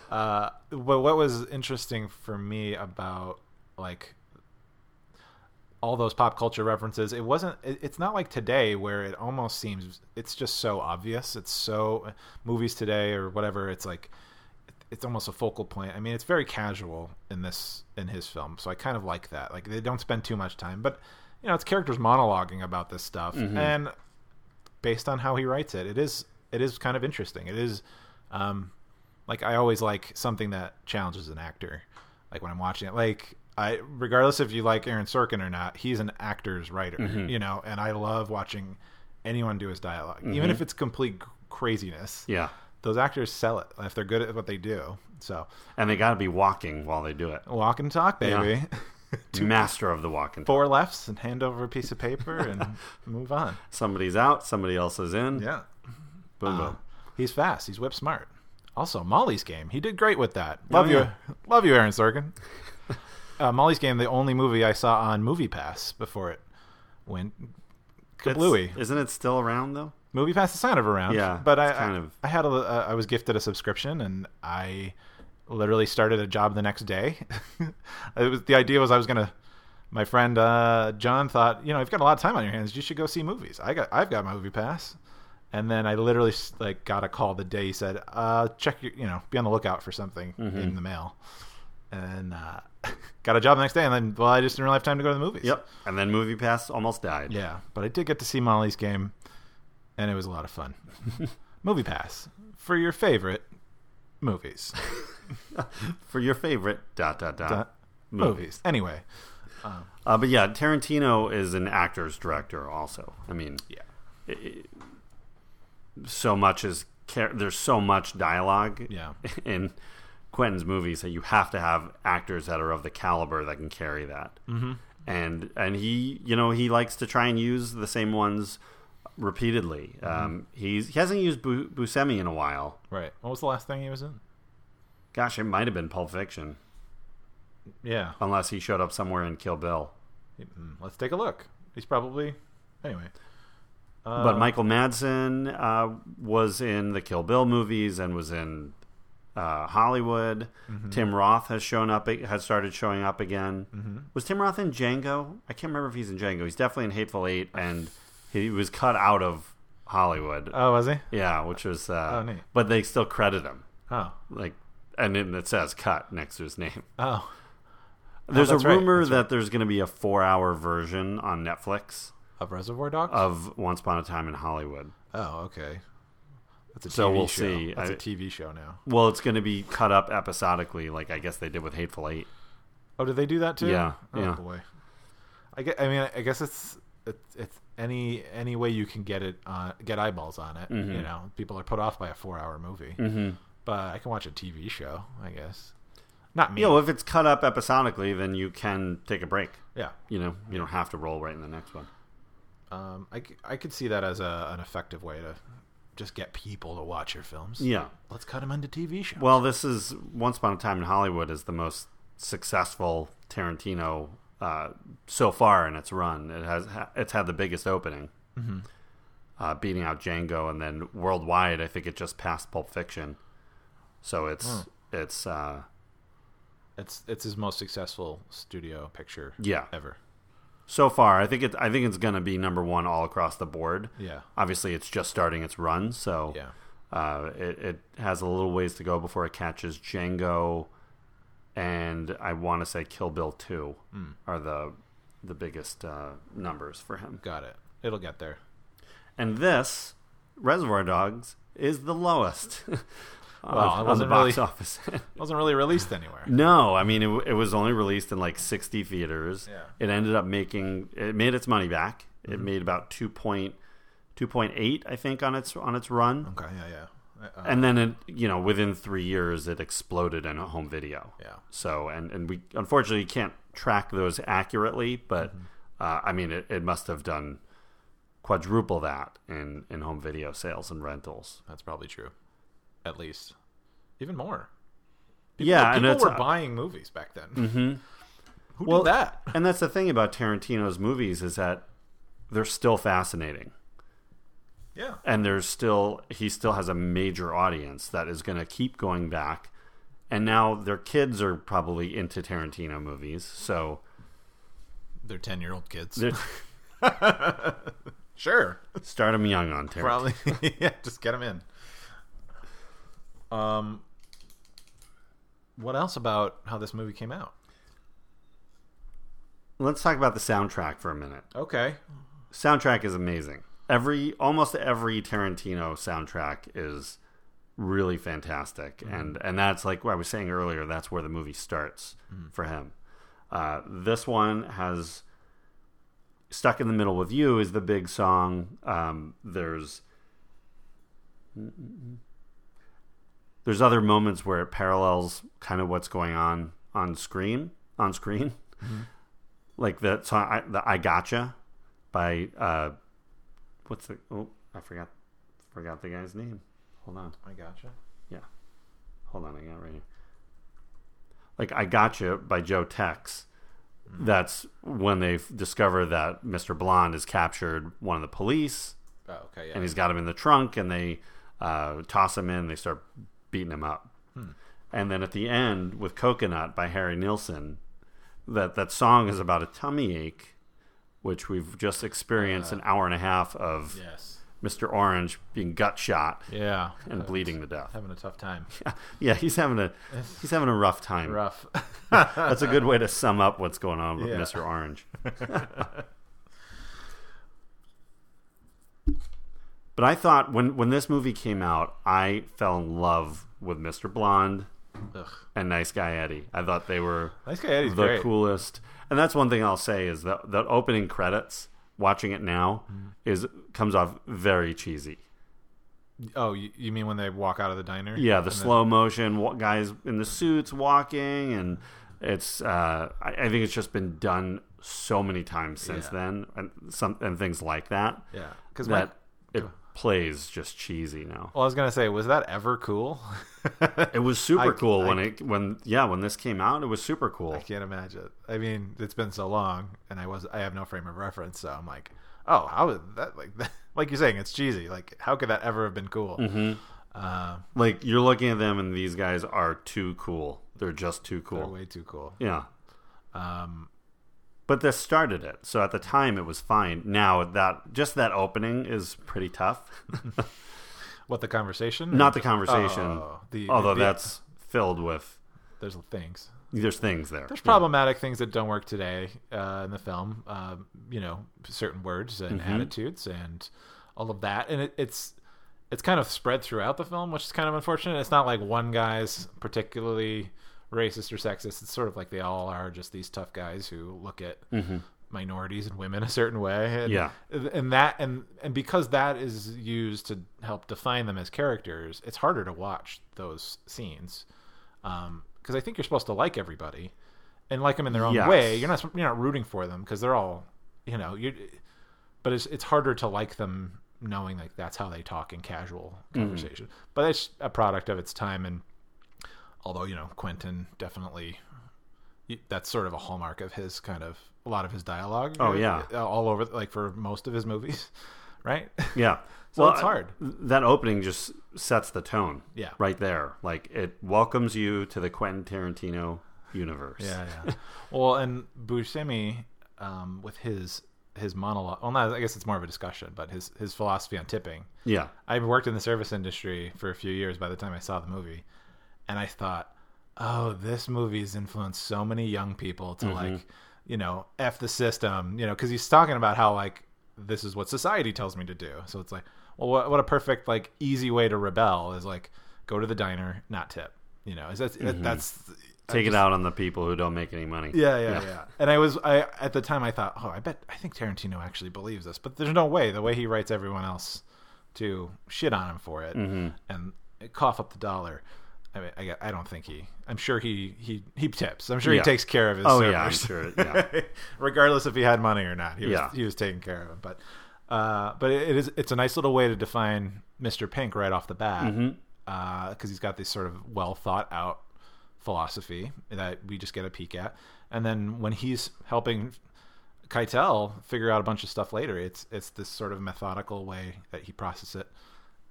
But what was interesting for me about like all those pop culture references, it wasn't. It, it's not like today where it almost seems it's just so obvious. It's so movies today or whatever. It's like it's almost a focal point. I mean, it's very casual in this in his film, so I kind of like that. Like they don't spend too much time, but you know, it's characters monologuing about this stuff, and based on how he writes it, it is it is kind of interesting. It is um, like I always like something that challenges an actor. Like when I'm watching it, like I regardless if you like Aaron Sorkin or not, he's an actor's writer, you know, and I love watching anyone do his dialog even if it's complete c- craziness.
yeah.
Those actors sell it if they're good at what they do. So
And they got to be walking while they do it.
walk and talk, baby.
Master of the walking.
Four lefts and hand over a piece of paper and move on.
Somebody's out, somebody else is in.
Yeah.
Boom, boom.
He's fast. He's whip smart. Also, Molly's game. He did great with that. Love
yeah.
you, love you, Aaron Sorkin. uh, Molly's game, the only movie I saw on Movie Pass before it went
It's-
kablooey.
Isn't it still around though?
Movie Pass is kind of around.
Yeah,
but I
it's kind of-
I had a uh, I was gifted a subscription and I literally started a job the next day. it was the idea was I was gonna. My friend uh, John thought, you know, you've got a lot of time on your hands. You should go see movies. I got I've got my movie pass. And then I literally s- like got a call the day he said, uh, check your, you know, be on the lookout for something
Mm-hmm.
in the mail. And uh, got a job the next day. And then, well, I just didn't really have time to go to the movies.
Yep. And then Movie Pass almost died.
Yeah, but I did get to see Molly's game, and it was a lot of fun. Movie Pass for your favorite movies.
For your favorite dot dot dot.
Uh, movies. Anyway,
Uh, but yeah, Tarantino is an actor's director also. I mean,
yeah,
so much is char- there's so much dialogue
Yeah.
in Quentin's movies that you have to have actors that are of the caliber that can carry that. Mm-hmm. And and he you know he likes to try and use the same ones repeatedly. Um, he's he hasn't used Bu- Buscemi in a while.
right. What was the last thing he was in?
Gosh, it might have been Pulp Fiction,
Yeah,
unless he showed up somewhere in Kill Bill.
Mm, let's take a look. He's probably anyway.
but Michael Madsen uh, was in the Kill Bill movies and was in uh, Hollywood.
Mm-hmm.
Tim Roth has shown up, has started showing up again.
Mm-hmm.
Was Tim Roth in Django? I can't remember if he's in Django. He's definitely in Hateful Eight, and he was cut out of Hollywood.
Oh, was he?
yeah, which was. Uh,
Oh, neat.
But they still credit him,
Oh,
like, and then it says "cut" next to his name.
oh,
There's a
that's right,
rumor that there's going to be a four-hour version on Netflix
of Reservoir Dogs.
of Once Upon a Time in Hollywood.
oh, okay. That's a TV
So we'll
show.
see.
That's a
I-
TV show now.
Well, it's going to be cut up episodically, like I guess they did with Hateful Eight.
Oh, did they do that too?
Yeah,
Oh
yeah.
boy. I get. I mean, I guess it's it's, it's any any way you can get it on get eyeballs on it.
Mm-hmm.
You know, people are put off by a four hour movie, mm-hmm. but I can watch a TV show. I guess. Not me.
You know, if it's cut up episodically, then you can take a break.
yeah.
You know, you don't have to roll right in the next one.
Um. I, c- I could see that as a, an effective way to just get people to watch your films.
Yeah.
Let's cut them into TV shows.
Well, this is Once Upon a Time in Hollywood is the most successful Tarantino uh, so far in its run. It has it's had the biggest opening, uh, beating out Django, and then worldwide, I think it just passed Pulp Fiction. So it's it's uh,
it's it's his most successful studio picture.
Yeah.
Ever.
so far. I think it I think it's going to be number one all across the board.
Yeah.
obviously it's just starting its run, so
Yeah.
uh, it, it has a little ways to go before it catches Django, and I want to say Kill Bill two
Hmm.
are the the biggest uh, numbers for him.
Got it. It'll get there.
And this Reservoir Dogs is the lowest.
Well, it
on
wasn't
the box
really-
office.
wasn't really released anywhere.
no, I mean it, w- it was only released in like 60 theaters.
Yeah. Mm-hmm.
It ended up making it made its money back. It made about 2.2.8 I think on its on its run.
Okay, yeah, yeah. Uh,
And then it, you know, within 3 years it exploded in home video.
Yeah.
So and and we unfortunately can't track those accurately, but
Mm-hmm.
uh, I mean it, it must have done quadruple that in in home video sales and rentals.
that's probably true. At least, even more.
yeah,
people
and it's uh, Mm-hmm.
were buying movies back then. Who
Well,
did that?
and that's the thing about Tarantino's movies is that they're still fascinating,
Yeah,
and there's still he still has a major audience that is going to keep going back, and now their kids are probably into Tarantino movies, so
they're ten-year-old kids.
they-
sure,
start them young on Tarantino.
probably. yeah, just get them in. Um, what else about how this movie came out?
Let's talk about the soundtrack for a minute.
Okay,
soundtrack is amazing. Every almost every Tarantino soundtrack is really fantastic, and and that's like what I was saying earlier. That's where the movie starts for him. Uh, this one has stuck in the middle with you is the big song. Um, there's there's other moments where it parallels kind of what's going on on screen on screen, like the song I, the I Gotcha by uh, what's the oh I forgot forgot the guy's name. Hold on,
I gotcha.
yeah, hold on, I got it right here. Like I Gotcha by Joe Tex. That's when they f- discover that Mr. Blonde has captured one of the police
Oh, okay, yeah.
and he's got him in the trunk and they uh, toss him in they start beating him up and then at the end with coconut by harry nilsson that that song is about a tummy ache which we've just experienced an hour and a half of
yes.
mr orange being gut shot
Yeah,
and bleeding to death
having a tough time.
yeah he's having a he's having a rough time
Rough.
that's a good way to sum up what's going on with
Yeah.
mr orange But I thought when when this movie came out, I fell in love with Mr. Blonde
Ugh.
and Nice Guy Eddie. I thought they were
Nice Guy Eddie's
the
great.
coolest. And that's one thing I'll say is that the opening credits, watching it now,
Mm.
is comes off very cheesy.
Oh, you, you mean when they walk out of the diner?
Yeah,
And then-
the slow motion wa- guys in the suits walking, and it's uh, I, I think it's just been done so many times since
Yeah.
then, and some and things like that.
Yeah, because
that it plays just cheesy now.
Well, I was gonna say, was that ever cool?
It was super
I-
cool when it when yeah when this came out. It was super cool.
I can't imagine. I mean, it's been so long, and I was I have no frame of reference, so I'm like, oh, how is that like that? Like you're saying, it's cheesy. Like, how could that ever have been cool?
Mm-hmm.
Uh,
Like you're looking at them and these guys are too cool. They're just too
they're
cool.
way too cool.
Yeah,
Um,
but this started it. So at the time it was fine. Now that just that opening is pretty tough.
what the conversation?
Not the conversation,
Oh, the-
although
the-
that's filled with
There's things.
there's things there.
There's problematic things that don't work today uh, in the film. Uh, you know, certain words and attitudes and all of that, and it, it's it's kind of spread throughout the film, which is kind of unfortunate. It's not like one guy's particularly racist or sexist. It's sort of like they all are just these tough guys who look at minorities and women a certain way. And,
Yeah.
and that and and because that is used to help define them as characters, it's harder to watch those scenes because um, I think you're supposed to like everybody and like them in their own
Yes.
way. You're not you're not rooting for them because they're all you know you. But it's it's harder to like them knowing like that's how they talk in casual
Mm.
conversation. But it's a product of its time and although you know Quentin definitely that's sort of a hallmark of his kind of a lot of his dialogue. uh,
Oh, yeah.
all over like for most of his movies, right?
Yeah. uh,
So it's hard.
That opening just sets the tone.
Yeah.
Right there. Like it welcomes you to the Quentin Tarantino universe.
Yeah, yeah. well, and Buscemi, um, with his his monologue. Well, not, I guess it's more of a discussion, but his his philosophy on tipping.
Yeah.
I worked in the service industry for a few years by the time I saw the movie, and I thought, oh, this movie has influenced so many young people to like, you know, f the system, you know, because he's talking about how like this is what society tells me to do. So it's like, well, what, what a perfect like easy way to rebel is like go to the diner, not tip. You know, is that, that's
Take it out on the people who don't make any money.
yeah, yeah, yeah. And I was I at the time I thought, oh, I bet I think Tarantino actually believes this, but there's no way the way he writes everyone else to shit on him for it
Mm-hmm.
and cough up the dollar. I mean, I, got- I don't think he. I'm sure he he he tips. I'm sure
Yeah.
he takes care of his.
Oh,
servers.
yeah, I'm sure, yeah.
Regardless if he had money or not, he was
Yeah.
he was taking care of him. But uh, but it is it's a nice little way to define Mr. Pink right off the bat because he's got this sort of well thought out philosophy that we just get a peek at, and then when he's helping Keitel figure out a bunch of stuff later, it's it's this sort of methodical way that he processes it,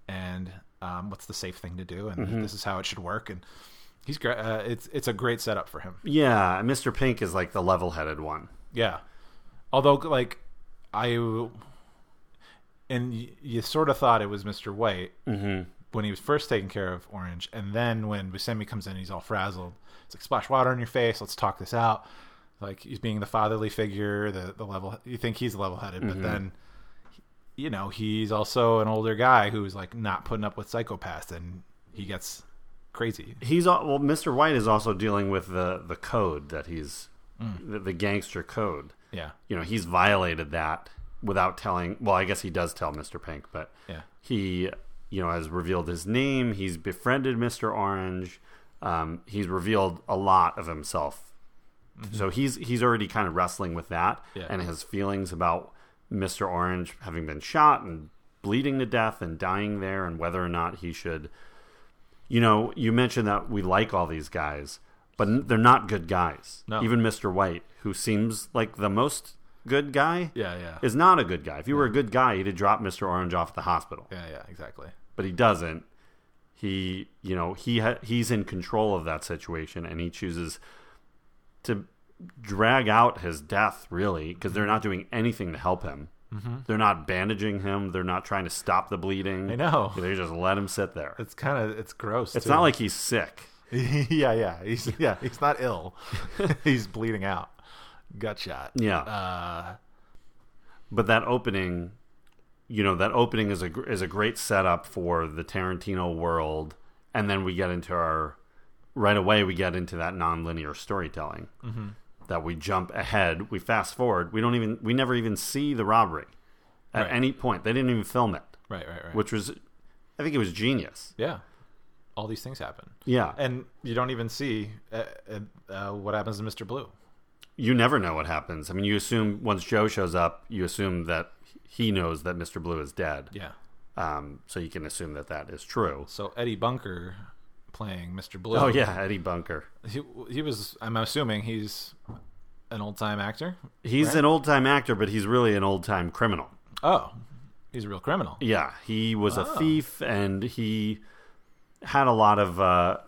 and um, what's the safe thing to do, and this is how it should work, and he's great. Uh, it's it's a great setup for him.
Yeah, Mr. Pink is like the level-headed one.
Yeah. Although, like, I and y- you sort of thought it was Mister White when he was first taking care of Orange, and then when Buscemi comes in, he's all frazzled. It's like splash water on your face. Let's talk this out. Like he's being the fatherly figure, the the level. You think he's level headed, but then. You know, he's also an older guy who's like not putting up with psychopaths, and he gets crazy.
He's al- well, Mr. White is also dealing with the the code that he's
Mm.
the, the gangster code.
Yeah,
you know he's violated that without telling well i guess he does tell mr pink but
Yeah.
he you know has revealed his name he's befriended mr orange um, he's revealed a lot of himself so he's he's already kind of wrestling with that
Mm-hmm. Yeah.
and his feelings about mr orange having been shot and bleeding to death and dying there and whether or not he should you know you mentioned that we like all these guys but n- they're not good guys
No.
even Mr. White, who seems like the most good guy,
Yeah, yeah.
is not a good guy. If you were a good guy, he'd have dropped Mr. Orange off at the hospital,
yeah, yeah, exactly.
but he doesn't. He, you know, he ha- he's in control of that situation, and he chooses to drag out his death really because they're not doing anything to help him. They're not bandaging him. They're not trying to stop the bleeding.
Mm-hmm. I know.
They just let him sit there. It's,
It's kind of it's gross. too.
not like he's sick.
yeah, yeah, he's yeah, he's not ill. he's bleeding out, gut shot.
Yeah.
Uh,
but that opening, you know, that opening is a gr- is a great setup for the Tarantino world, and then we get into our right away we get into that nonlinear storytelling
Mm-hmm.
that we jump ahead, we fast forward, we don't even we never even see the robbery at
Right.
any point. They didn't even film it,
Right, right, right.
which was I think it was genius.
yeah, all these things happen,
Yeah, and
and you don't even see uh, uh, uh, what happens to Mister Blue.
you never know what happens. I mean, you assume once Joe shows up, you assume that he knows that Mr. Blue is dead.
Yeah.
Um, so you can assume that that is true.
So Eddie Bunker playing Mister Blue.
Oh yeah, Eddie Bunker.
he he was. I'm assuming he's an old time actor.
He's an old time actor, but he's really an old time criminal.
Oh, he's a real criminal.
Yeah, he was a thief, and he had a lot of. Uh,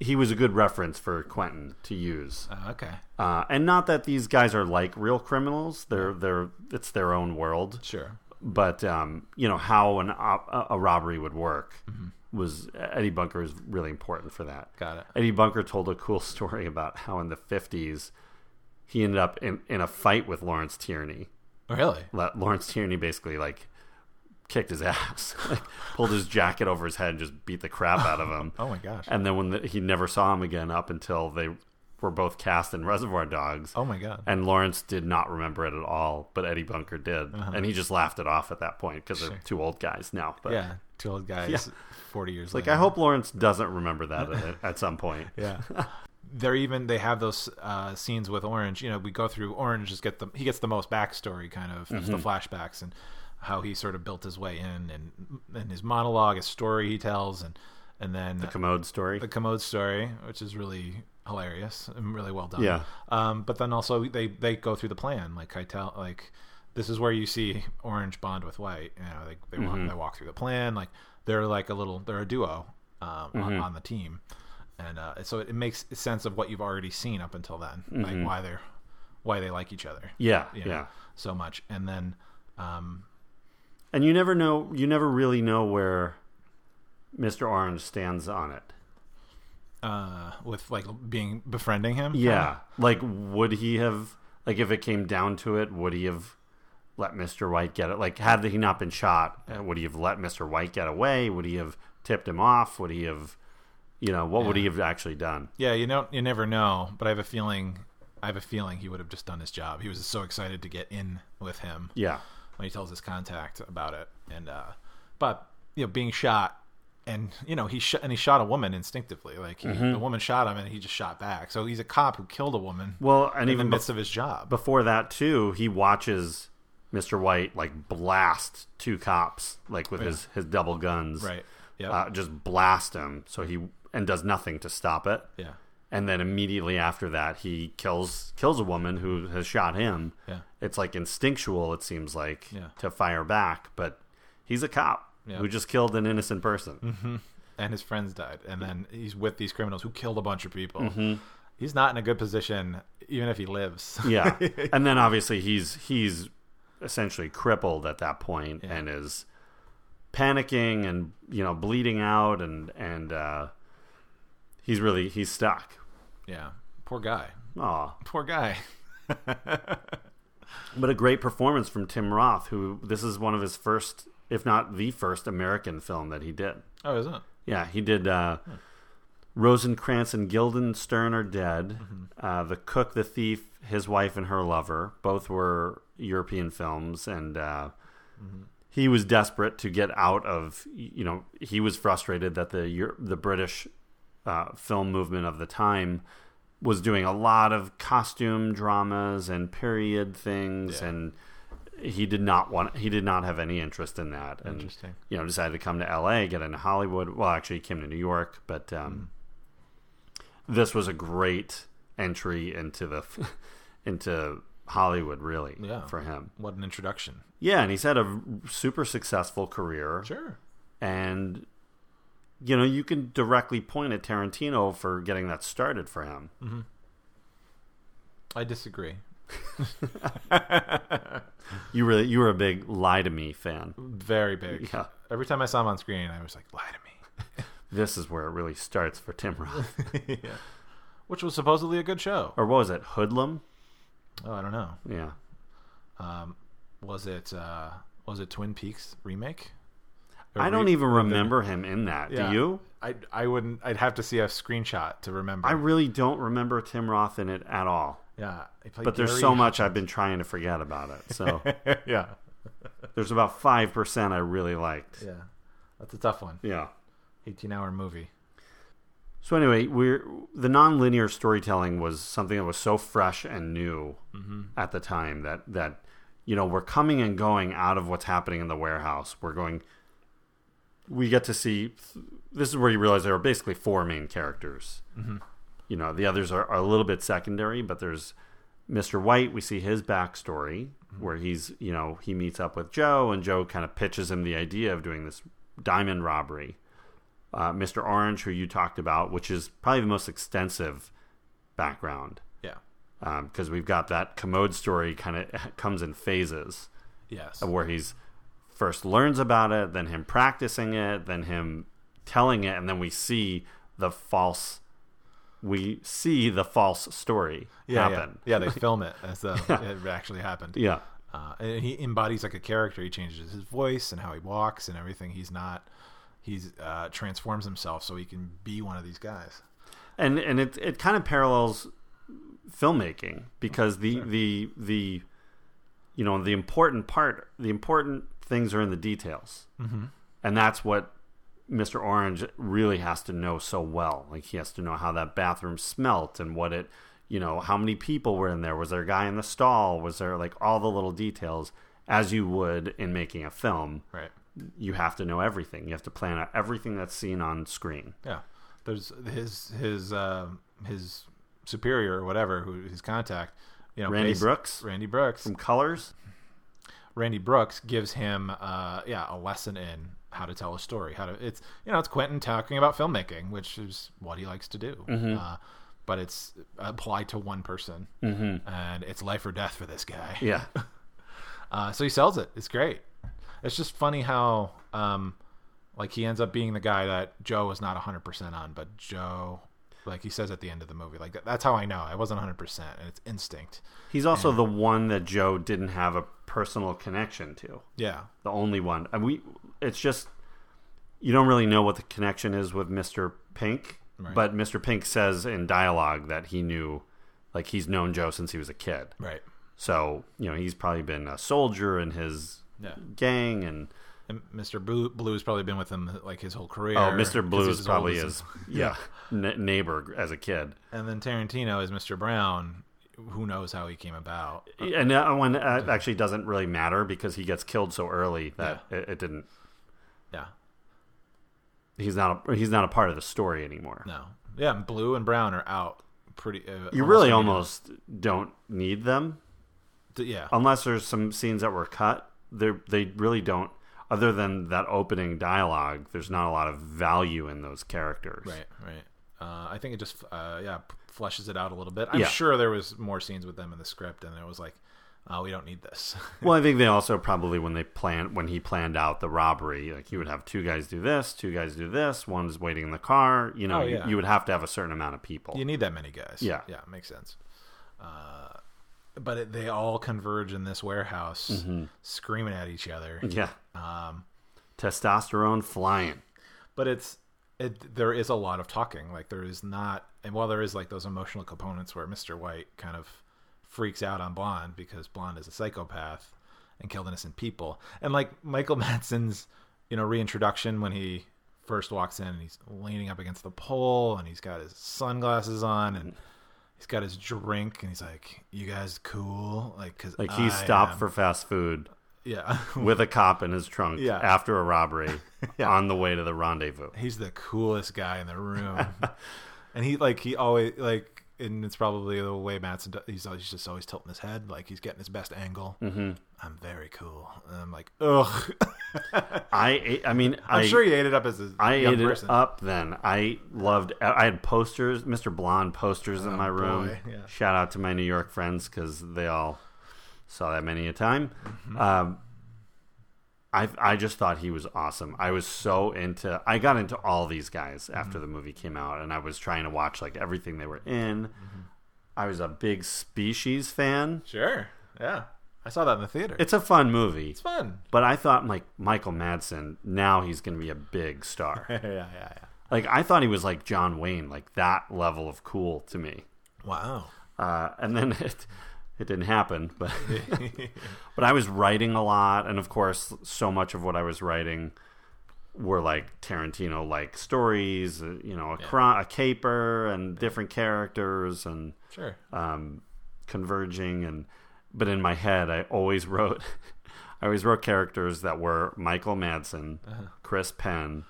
he was a good reference for Quentin to use,
Oh, okay,
uh, and not that these guys are like real criminals. They're they're it's their own world,
sure.
but um, you know how an op- a robbery would work was Eddie Bunker is really important for that.
Got it.
Eddie Bunker told a cool story about how in the fifties he ended up in, in a fight with Lawrence Tierney.
Really?
La- Lawrence Tierney basically like kicked his ass, like pulled his jacket over his head and just beat the crap out of him.
Oh my gosh.
And then when the, he never saw him again up until they were both cast in Reservoir Dogs.
Oh my god.
And Lawrence did not remember it at all, but Eddie Bunker did,
Uh-huh.
and he just laughed it off at that point because they're two old guys now. But
yeah, two old guys,
Yeah.
forty years.
like
later.
I hope Lawrence doesn't remember that at, at some point.
Yeah. They're even they have those uh, scenes with Orange. You know, we go through Orange just get the he gets the most backstory kind of the flashbacks and how he sort of built his way in and and his monologue, his story he tells, and and then the
Commode story.
the commode story, which is really hilarious and really well done.
Yeah.
Um, but then also they they go through the plan like I tell like this is where you see orange bond with white. You know, they they,
Mm-hmm.
walk, they walk through the plan like they're like a little they're a duo um, on,
Mm-hmm.
on the team, and uh, so it, it makes sense of what you've already seen up until then, like why they're why they like each other.
Mm-hmm. yeah,
you know,
yeah.
So much, and then um,
And you never know. You never really know where Mister Orange stands on it.
uh, with like being befriending him.
Yeah. Like, would he have, like, if it came down to it, would he have let Mr. White get it? Like, had he not been shot, uh, would he have let Mr. White get away? Would he have tipped him off? Would he have, you know, what would he have actually done?
Yeah, you don't you never know, but I have a feeling I have a feeling he would have just done his job. He was so excited to get in with him.
Yeah.
When he tells his contact about it and uh but you know being shot and you know he shot and he shot a woman instinctively like he,
Mm-hmm.
the woman shot him and he just shot back so he's a cop who killed a woman
Well, and
in
even
the midst
bef-
of his job
before that too, he watches Mr. White like blast two cops like with his his double guns.
Right. Yep.
Uh, just blast him. So he and does nothing to stop it.
yeah
and then immediately after that he kills kills a woman who has shot him
Yeah.
it's like instinctual it seems like
Yeah.
to fire back but he's a cop
Yeah.
who just killed an innocent person
and his friends died and then he's with these criminals who killed a bunch of people he's not in a good position even if he lives
Mm-hmm. yeah and then obviously he's he's essentially crippled at that point and is panicking and you know bleeding out and and uh he's really he's stuck
yeah poor guy
Aw.
poor guy
But a great performance from Tim Roth, who this is one of his first, if not the first, American film that he did.
oh isn't it
Yeah, he did uh, Rosencrantz and Guildenstern are dead. Uh, the Cook, the Thief, His Wife and Her Lover. Both were European films, and uh, he was desperate to get out of. You know, he was frustrated that the Euro- the British uh, film movement of the time was doing a lot of costume dramas and period things and he did not want he did not have any interest in that and
Interesting.
you know decided to come to LA get into Hollywood well actually he came to New York but um,
Mm-hmm.
this was a great entry into the into Hollywood really
Yeah.
for him
what an introduction
yeah and he's had a super successful career
sure
and you know you can directly point at Tarantino for getting that started for him
Mm-hmm. i disagree
You really you were a big lie to me fan.
very big
Yeah.
every time i saw him on screen i was like lie to me
This is where it really starts for Tim Roth.
which was supposedly a good show
or what was it? Hoodlum?
oh i don't know
Yeah.
was it uh was it twin peaks remake Or
I don't
re-
even remember him in that.
Yeah.
Do you?
I, I wouldn't i'd have to see a screenshot to remember
I really don't remember Tim Roth in it at all.
yeah he played
But there's
Gary-
so much I've been trying to forget about it. So
yeah
there's about five percent I really liked.
yeah that's a tough one
yeah.
18 hour movie
So anyway, we're the nonlinear storytelling was something that was so fresh and new at the time that that you know we're coming and going out of what's happening in the warehouse. We're going. We get to see. This is where you realize there are basically four main characters. You know, the others are, are a little bit secondary, but there's Mr. White. We see his backstory where he's you know he meets up with Joe, and Joe kind of pitches him the idea of doing this diamond robbery uh, Mr. Orange, who you talked about, which is probably the most extensive background
yeah
because we've got that commode story kind of comes in phases
yes
where he's first learns about it, then him practicing it, then him telling it, and then we see the false we see the false story
yeah,
happen.
yeah yeah they film it as though it actually happened
yeah.
uh, and he embodies like a character he changes his voice and how he walks and everything he's not he's uh transforms himself so he can be one of these guys
and and it it kind of parallels filmmaking because the the the you know the important part the important things are in the details mm-hmm. and that's what mr orange really has to know so well like he has to know how that bathroom smelt and what it you know how many people were in there was there a guy in the stall was there like all the little details as you would in making a film
right
you have to know everything you have to plan out everything that's seen on screen
Yeah, there's his his uh, his superior or whatever who his contact. You know,
Randy
bas-
Brooks? Hmm.
Randy Brooks.
from colors
Randy Brooks gives him uh, yeah a lesson in how to tell a story. How to it's you know it's Quentin talking about filmmaking, which is what he likes to do.
Mm-hmm.
Uh, but it's applied to one person,
Mm-hmm.
and it's life or death for this guy.
yeah
Uh, so he sells it. It's great. It's just funny how, um, like, he ends up being the guy that Joe is not 100% on, but Joe, like, he says at the end of the movie, like, that, that's how I know. I wasn't 100%, and it's instinct.
He's also the one that Joe didn't have a personal connection to.
Yeah.
The only one. And we it's just you don't really know what the connection is with Mr. Pink, but Mr. Pink says in dialogue that he knew, like he's known Joe since he was a kid.
Right.
So you know he's probably been a soldier in his
Yeah.
gang, and
And Mr. Blue, Blue's probably been with him like his whole career.
oh, Mr.
'cause
Blue
he's
is
as old
probably
as-
his yeah, n- neighbor as a kid.
And then Tarantino is Mr. Brown. Who knows how he came about?
and that one uh, actually doesn't really matter because he gets killed so early that it, it didn't.
Yeah.
He's not a, he's not a part of the story anymore.
No. Yeah. and Blue and Brown are out. Pretty. Uh,
You really
immediately.
almost don't need them
Yeah.
unless there's some scenes that were cut. They they really don't. Other than that opening dialogue, there's not a lot of value in those characters.
Right, right. Uh, I think it just uh, yeah p- fleshes it out a little bit. I'm
Yeah.
sure there was more scenes with them in the script, and it was like, oh, we don't need this.
Well, I think they also probably when they plan when he planned out the robbery, like you would have two guys do this, two guys do this, one's waiting in the car. You know,
Oh,
you-
yeah.
you, would have to have a certain amount of people.
you need that many guys.
Yeah.
yeah, makes sense. Uh, but it, they all converge in this warehouse, screaming at each other.
Yeah. Um, Testosterone flying.
but it's it, there is a lot of talking like there is not and while there is like those emotional components where mr white kind of freaks out on blonde because blonde is a psychopath and killed innocent people and like michael madsen's you know reintroduction when he first walks in and he's leaning up against the pole and he's got his sunglasses on and he's got his drink and he's like you guys cool like because
Like he stopped for fast food
yeah
with a cop in his trunk
Yeah.
after a robbery on the way to the rendezvous.
he's the coolest guy in the room and he like he always like and it's probably the way Matt's do- he's always he's just always tilting his head like he's getting his best angle mm-hmm. I'm very cool and I'm like ugh
I ate, I mean
I'm
I,
sure he ate it up as a
I
young
ate it
person
up then. I loved I had posters, Mr. Blonde posters in my room.
Oh, boy, yeah.
Shout out to my New York friends cuz they all saw that many a time.
Mm-hmm.
Um I, I just thought he was awesome. I was so into. I got into all these guys
Mm-hmm.
after the movie came out, and I was trying to watch like everything they were in.
Mm-hmm.
I was a big Species fan.
sure yeah I saw that in the theater it's
It's a fun movie,
fun
but I thought like Michael Madsen. Now he's going to be a big star.
yeah yeah yeah
Like I thought he was like John Wayne, like that level of cool to me.
wow
Uh, and then it it didn't happen, but but I was writing a lot, and of course, so much of what I was writing were like Tarantino like stories, uh, you know, a cri- a caper and different characters and
sure
um, converging and but in my head I always wrote I always wrote characters that were Michael Madsen,
Uh-huh.
Chris Penn,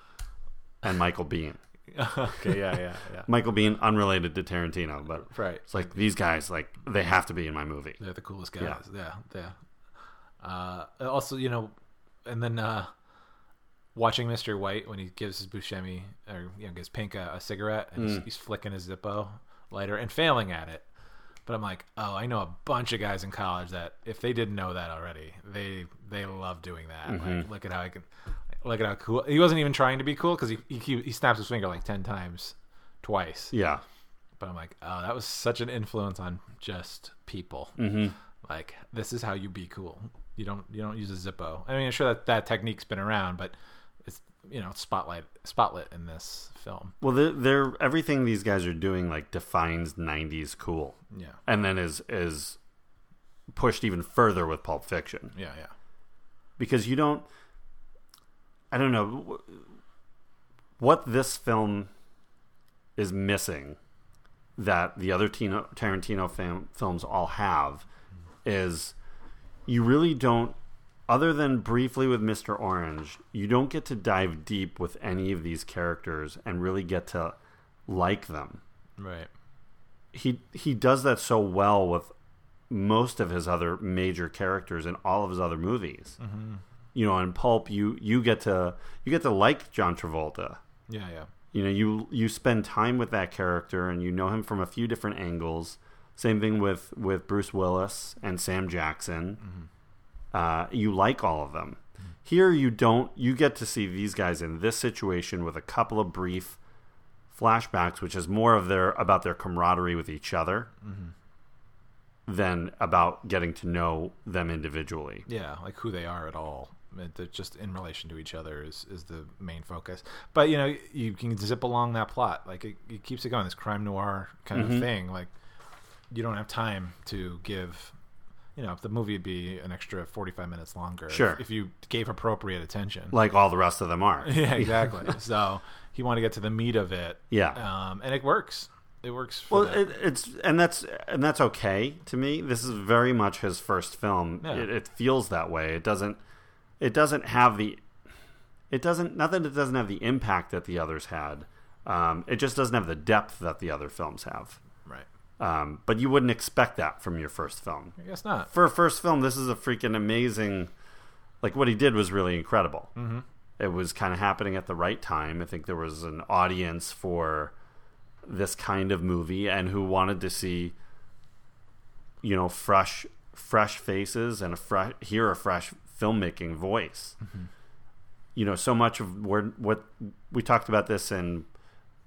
and Michael Bean.
okay yeah yeah yeah
Michael Bean unrelated to Tarantino, but
Right.
It's like these guys, like they have to be in my movie.
They're the coolest guys. Yeah, yeah. Uh, also, you know, and then uh, watching Mr. White when he gives his Buscemi or you know gives Pink a, a cigarette and he's, he's flicking his Zippo lighter and failing at it. But I'm like, oh, I know a bunch of guys in college that if they didn't know that already, they they love doing that. Like, look at how I can, look at how cool. He wasn't even trying to be cool because he, he he snaps his finger like ten times, twice
Yeah.
but I'm like, oh, that was such an influence on just people. Like, this is how you be cool. You don't you don't use a Zippo. I mean, I'm sure that that technique's been around, but it's you know spotlight spotlight in this film.
Well, they're, they're everything these guys are doing like defines '90s cool,
Yeah,
and then is is pushed even further with Pulp Fiction.
yeah, yeah.
because you don't i don't know w- what this film is missing that the other Tino, tarantino fam, films all have is you really don't other than briefly with mr orange you don't get to dive deep with any of these characters and really get to like them
Right.
he he does that so well with most of his other major characters in all of his other movies. You know, in Pulp, you you get to you get to like John Travolta.
Yeah, yeah.
You know, you you spend time with that character and you know him from a few different angles. Same thing with with Bruce Willis and Sam Jackson. Uh, you like all of them. Here, you don't. You get to see these guys in this situation with a couple of brief flashbacks, which is more of their about their camaraderie with each other than about getting to know them individually.
Yeah, like who they are at all. It- they're just in relation to each other is, is the main focus. But you know, you can zip along that plot. Like it, it keeps it going. This crime noir kind
Mm-hmm.
of thing. Like you don't have time to give. You know, if the movie would be an extra forty-five minutes longer. if-
Sure.
If, you gave appropriate attention.
like all the rest of them are.
yeah, exactly. so he wanted to get to the meat of it.
Yeah.
Um, and it works. It works. For
Well,
that.
it, it's and that's and that's okay to me. This is very much his first film.
Yeah.
It, it feels that way. It doesn't. It doesn't have the. It doesn't. Not that it doesn't have the impact that the others had. Um, it just doesn't have the depth that the other films have.
right.
Um, but you wouldn't expect that from your first film.
I guess not.
For a first film, this is a freaking amazing. Like what he did was really incredible. Mm-hmm. It was kind of happening at the right time. I think there was an audience for this kind of movie and who wanted to see, you know, fresh, fresh faces and a fresh hear a fresh filmmaking voice. You know, so much of where what we talked about this in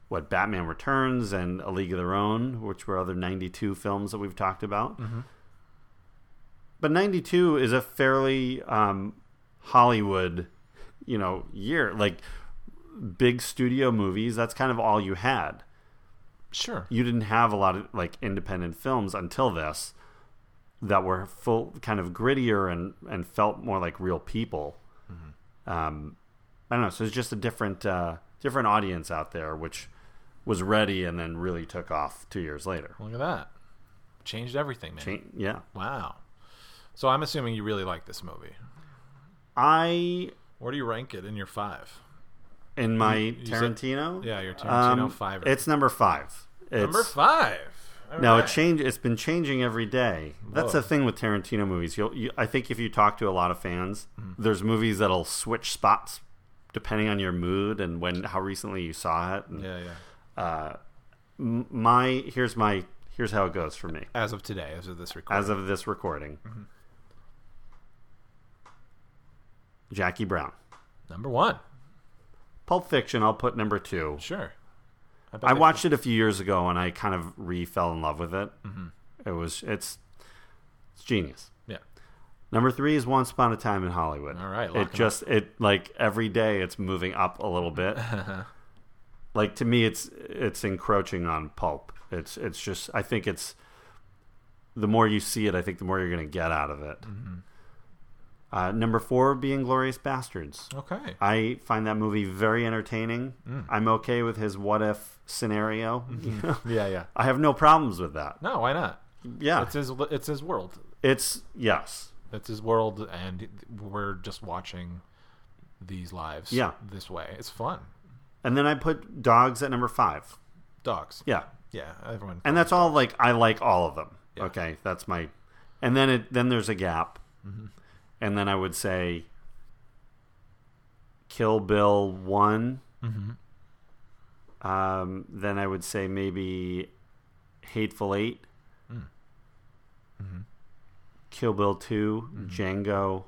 what Batman Returns and A League of Their Own, which were other '92 films that we've talked about but 92 is a fairly um, hollywood you know year like big studio movies that's kind of all you had
Sure.
you didn't have a lot of like independent films until this that were full kind of grittier and and felt more like real people um i don't know so it's just a different uh different audience out there which was ready and then really took off two years later
Look at that. Changed everything, man.
Change- yeah
Wow. So I'm assuming you really like this movie.
i
Where do you rank it in your five?
in my
you said-
tarantino
Yeah, your Tarantino
Um,
five.
It's number five. It's,
number five. All
Now
right.
it change. It's been changing every day. That's
Whoa.
the thing with Tarantino movies. You'll, you, I think if you talk to a lot of fans,
Mm-hmm.
there's movies that'll switch spots depending on your mood and when how recently you saw it. And
Yeah, yeah.
m- My here's my here's how it goes for me
As of today, as of this recording.
as of this recording.
Mm-hmm.
Jackie Brown,
number one.
Pulp Fiction. I'll put number two.
Sure. bet
I
they-
watched it a few years ago and I kind of re fell in love with it.
Mm-hmm.
It was it's it's genius.
Yeah.
Number three is Once Upon a Time in Hollywood.
All right, lock 'em
it
up.
just it like every day it's moving up a little bit. like to me, it's it's encroaching on pulp. It's it's just I think it's the more you see it, I think the more you're going to get out of it.
Mm-hmm.
Uh, number four being Glorious Bastards.
Okay.
I find that movie very entertaining. I'm okay with his what if scenario.
Yeah, yeah.
I have no problems with that.
No, why not?
Yeah.
It's
It's,
his. It's his world.
yes.
It's his world, and we're just watching these lives.
Yeah.
This way, it's fun.
And then I put dogs at number five.
Dogs.
Yeah.
Yeah. Everyone.
And that's all like I like all of them.
Yeah.
Okay. That's my and then it then there's a gap.
Mm-hmm.
And then I would say Kill Bill one.
Mm-hmm.
Um, then I would say maybe Hateful 8
Mm. Mm-hmm.
Kill Bill 2 Django,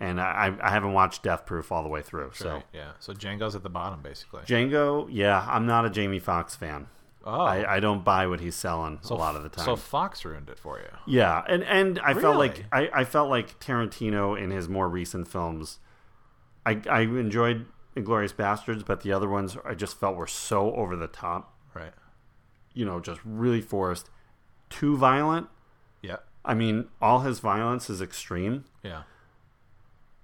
and I, I I haven't watched Death Proof all the way through. So
Right, yeah. So Django's at the bottom, basically.
Django, yeah, I'm not a Jamie Foxx fan.
oh,
I, I don't buy what he's selling
so
a lot
f-
of the time.
So Fox ruined it for you.
yeah, and and I felt like
Really?
I, I felt like Tarantino in his more recent films, I I enjoyed Inglorious Bastards, but the other ones I just felt were so over the top,
Right.
you know, just really forced, too violent.
Yeah.
I mean, all his violence is extreme,
Yeah.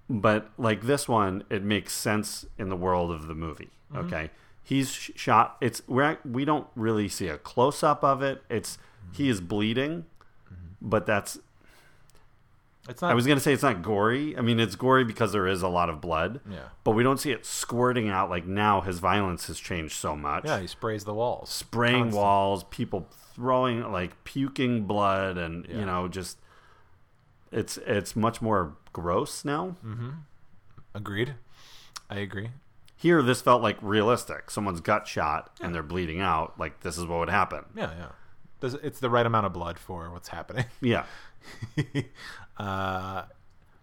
but like this one, it makes sense in the world of the movie. Okay, he's sh- shot. It's we're act- we don't really see a close up of it. It's he is bleeding, but that's
It's not.
I was gonna say it's not gory. I mean, it's gory because there is a lot of blood.
Yeah.
but we don't see it squirting out like now. His violence has changed so much.
Yeah, he sprays the walls.
spraying walls, people throwing like puking blood, and you know just it's it's much more gross now.
Hmm. Agreed. I agree.
Here, this felt like realistic. Someone's gut shot and they're bleeding out. Like this is what would happen.
Yeah, yeah. Does- It's the right amount of blood for what's happening.
Yeah,
uh,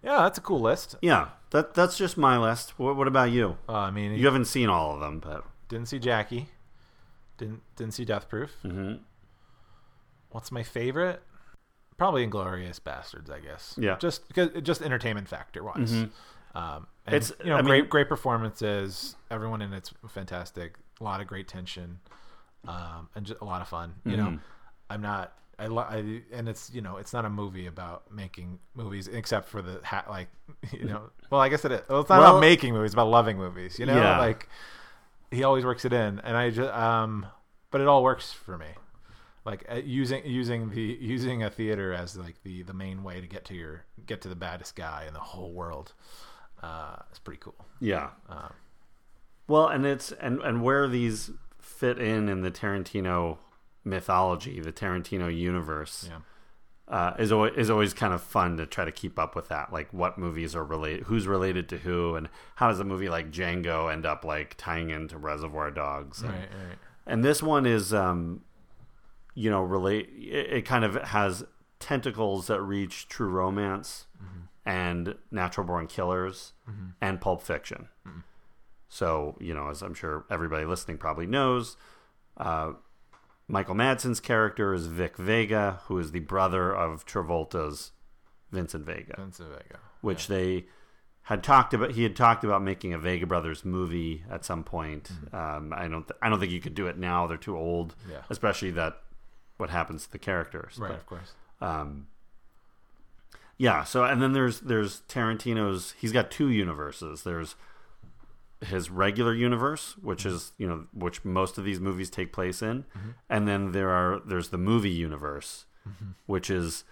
yeah, that's a cool list.
yeah. That that's just my list. What, what about you?
Uh, I mean,
You haven't seen all of them, but
didn't see Jackie. Didn't didn't see Death Proof. Mm-hmm. What's my favorite? Probably Inglorious Bastards, I guess.
Yeah. Mm-hmm.
Just because, just entertainment factor wise. Um, and,
It's-
you know
I mean-
great great performances. Everyone in it's fantastic. A lot of great tension, um, and just a lot of fun. You know,
Mm-hmm.
I'm not. I, lo- I and it's you know it's not a movie about making movies except for the hat like you know well I guess it is well, it's not
Well-
about making movies it's about loving movies you know
Yeah.
like he always works it in and I just um but it all works for me like uh, using using the using a theater as like the the main way to get to your get to the baddest guy in the whole world uh it's pretty cool
Yeah. well, and it's and and where these fit in in the Tarantino mythology, the Tarantino universe, uh, is always is always kind of fun to try to keep up with that. Like what movies are related, who's related to who, and how does a movie like Django end up like tying into Reservoir Dogs? And,
right right
and this one is, um, you know, relate. It, it kind of has tentacles that reach True Romance and Natural Born Killers and Pulp Fiction. So you know, as I'm sure everybody listening probably knows, uh, Michael Madsen's character is Vic Vega, who is the brother of Travolta's Vincent Vega
and so there you go
which they had talked about. He had talked about making a Vega Brothers movie at some point. Um, I don't. Th- I don't think you could do it now. They're too old.
Mm-hmm. Yeah.
Especially that what happens to the characters.
right
But,
of course
Um, yeah. So and then there's there's Tarantino's. He's got two universes. There's his regular universe, which is you know which most of these movies take place in, and then there are there's the movie universe, which is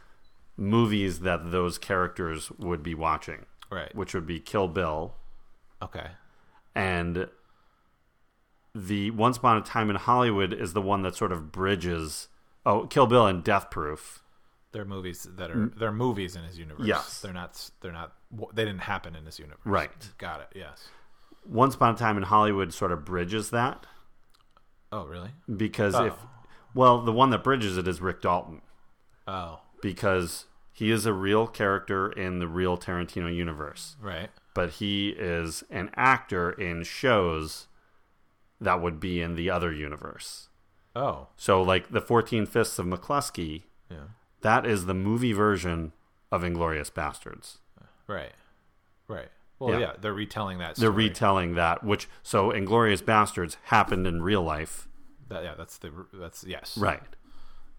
movies that those characters would be watching,
right
which would be Kill Bill,
okay
and the Once Upon a Time in Hollywood is the one that sort of bridges oh Kill Bill and Death Proof.
they're movies that are they're movies in his universe
Yes.
they're not s- they're not w- they didn't happen in his universe
Right.
got it yes
Once Upon a Time in Hollywood sort of bridges that
oh really
because if
Oh.
well the one that bridges it is Rick Dalton
oh
because he is a real character in the real Tarantino universe
right
but he is an actor in shows that would be in the other universe.
oh
So like the 14 Fists of McCluskey
yeah
That is the movie version of Inglorious Bastards.
right right well
Yeah.
yeah, they're retelling that
They're
story.
retelling that, which so Inglorious Bastards happened in real life,
that, yeah that's the that's yes
right?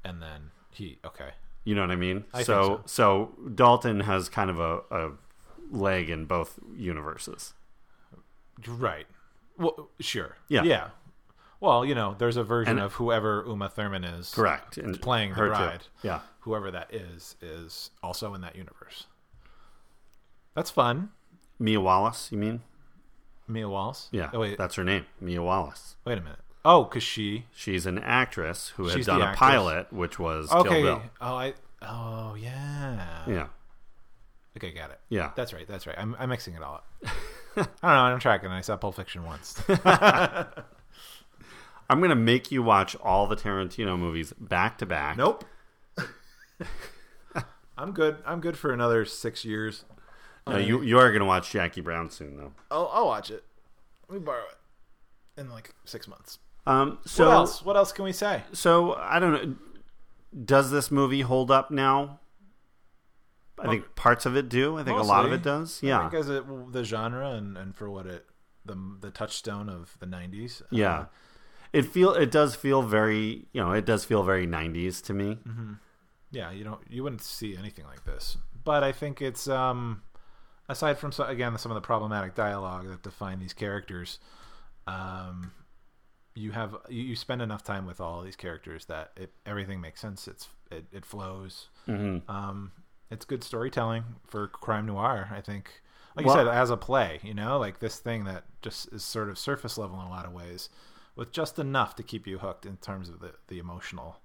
and then he okay
You know what I mean?
I think
so, so Dalton has kind of a, a leg in both universes.
Right. Well, sure.
Yeah.
Yeah. Well, you know, there's a version
And-
of whoever Uma Thurman is.
Correct. And
Playing the
her too.
bride.
Yeah.
Whoever that is is also in that universe. That's fun.
Mia Wallace, you mean?
Mia Wallace.
Yeah,
Oh, wait.
that's her name, Mia Wallace.
Wait a minute. Oh, cause she.
She's an actress who had
She's the
done a
actress.
pilot, which was
Okay.
Kill Bill.
Oh, I. Oh yeah.
Yeah,
Okay, got it.
Yeah.
That's right. That's right. I'm, I'm mixing it all up. I don't know. I'm tracking. I saw Pulp Fiction once.
I'm gonna make you watch all the Tarantino movies back to back.
nope. I'm good. I'm good for another six years.
No, you you are gonna watch Jackie Brown soon though.
I'll, I'll watch it. Let me borrow it in like six months.
Um,
What
so
else? What else can we say?
so I don't know. Does this movie hold up now? I think parts of it do. I think a lot of
Mostly.
it does.
I
Yeah,
think uh, as it, the genre and, and for what it the the touchstone of the '90s. uh,
yeah. It feel it does feel very you know it does feel very '90s to me.
Mm-hmm. yeah. You don't you wouldn't see anything like this, but I think it's um aside from so, again some of the problematic dialogue that define these characters, um. You have you, you spend enough time with all these characters that it, everything makes sense. It's it, it flows.
Mm-hmm.
Um, it's good storytelling for crime noir. I think, like
Well-
you said, as a play, you know, like this thing that just is sort of surface level in a lot of ways, with just enough to keep you hooked in terms of the the emotional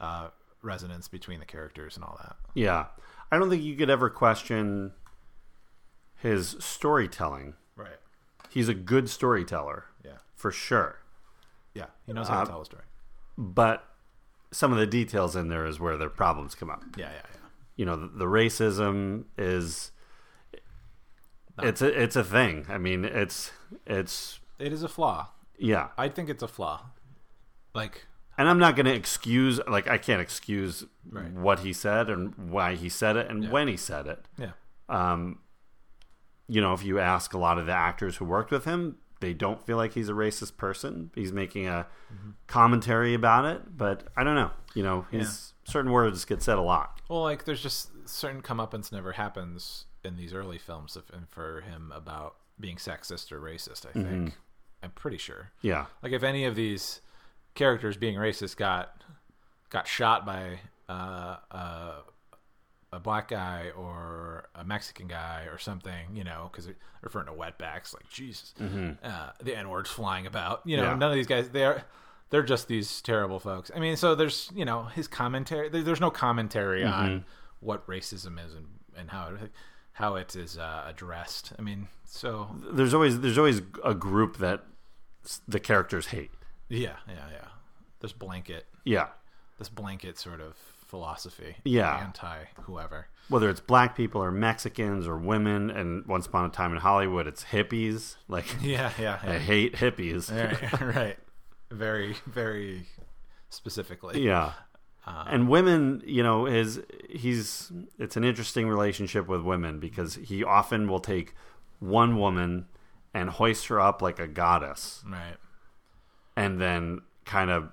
uh, resonance between the characters and all that.
Yeah, I don't think you could ever question his storytelling.
Right.
He's a good storyteller
Yeah.
for sure,
Yeah. He knows how
Uh,
to tell a story.
but some of the details in there is where their problems come up.
Yeah. Yeah. Yeah.
you know the, the racism is it's a, it's a thing i mean it's it's
It is a flaw.
yeah
I think it's a flaw. Like
and i'm not going to excuse like i can't excuse
Right.
what he said and why he said it and when he said it
yeah.
you know, if you ask a lot of the actors who worked with him, they don't feel like he's a racist person. He's making a commentary about it, but I don't know. You know, his certain words get said a lot.
Well, like there's just certain comeuppance never happens in these early films of, and for him about being sexist or racist. I think I'm pretty sure.
Yeah.
Like if any of these characters being racist got got shot by uh, uh, a black guy or a Mexican guy or something, you know, because referring to wetbacks, like Jesus, uh, the N words flying about, you know,
Yeah.
none of these guys they are. They're just these terrible folks. I mean, so there's you know his commentary. There, there's no commentary on what racism is and, and how it how it is uh, addressed. I mean, so
There's always there's always a group that s- the characters hate.
yeah, yeah, yeah. There's blanket
Yeah.
this blanket sort of philosophy.
Yeah.
Anti whoever.
Whether it's black people or Mexicans or women, and once upon a time in Hollywood, it's hippies. Like,
Yeah, yeah,
I hate hippies.
right, right. Very, very specifically.
Yeah. and women, you know, is he's it's an interesting relationship with women because he often will take one woman and hoist her up like a goddess
Right.
and then kind of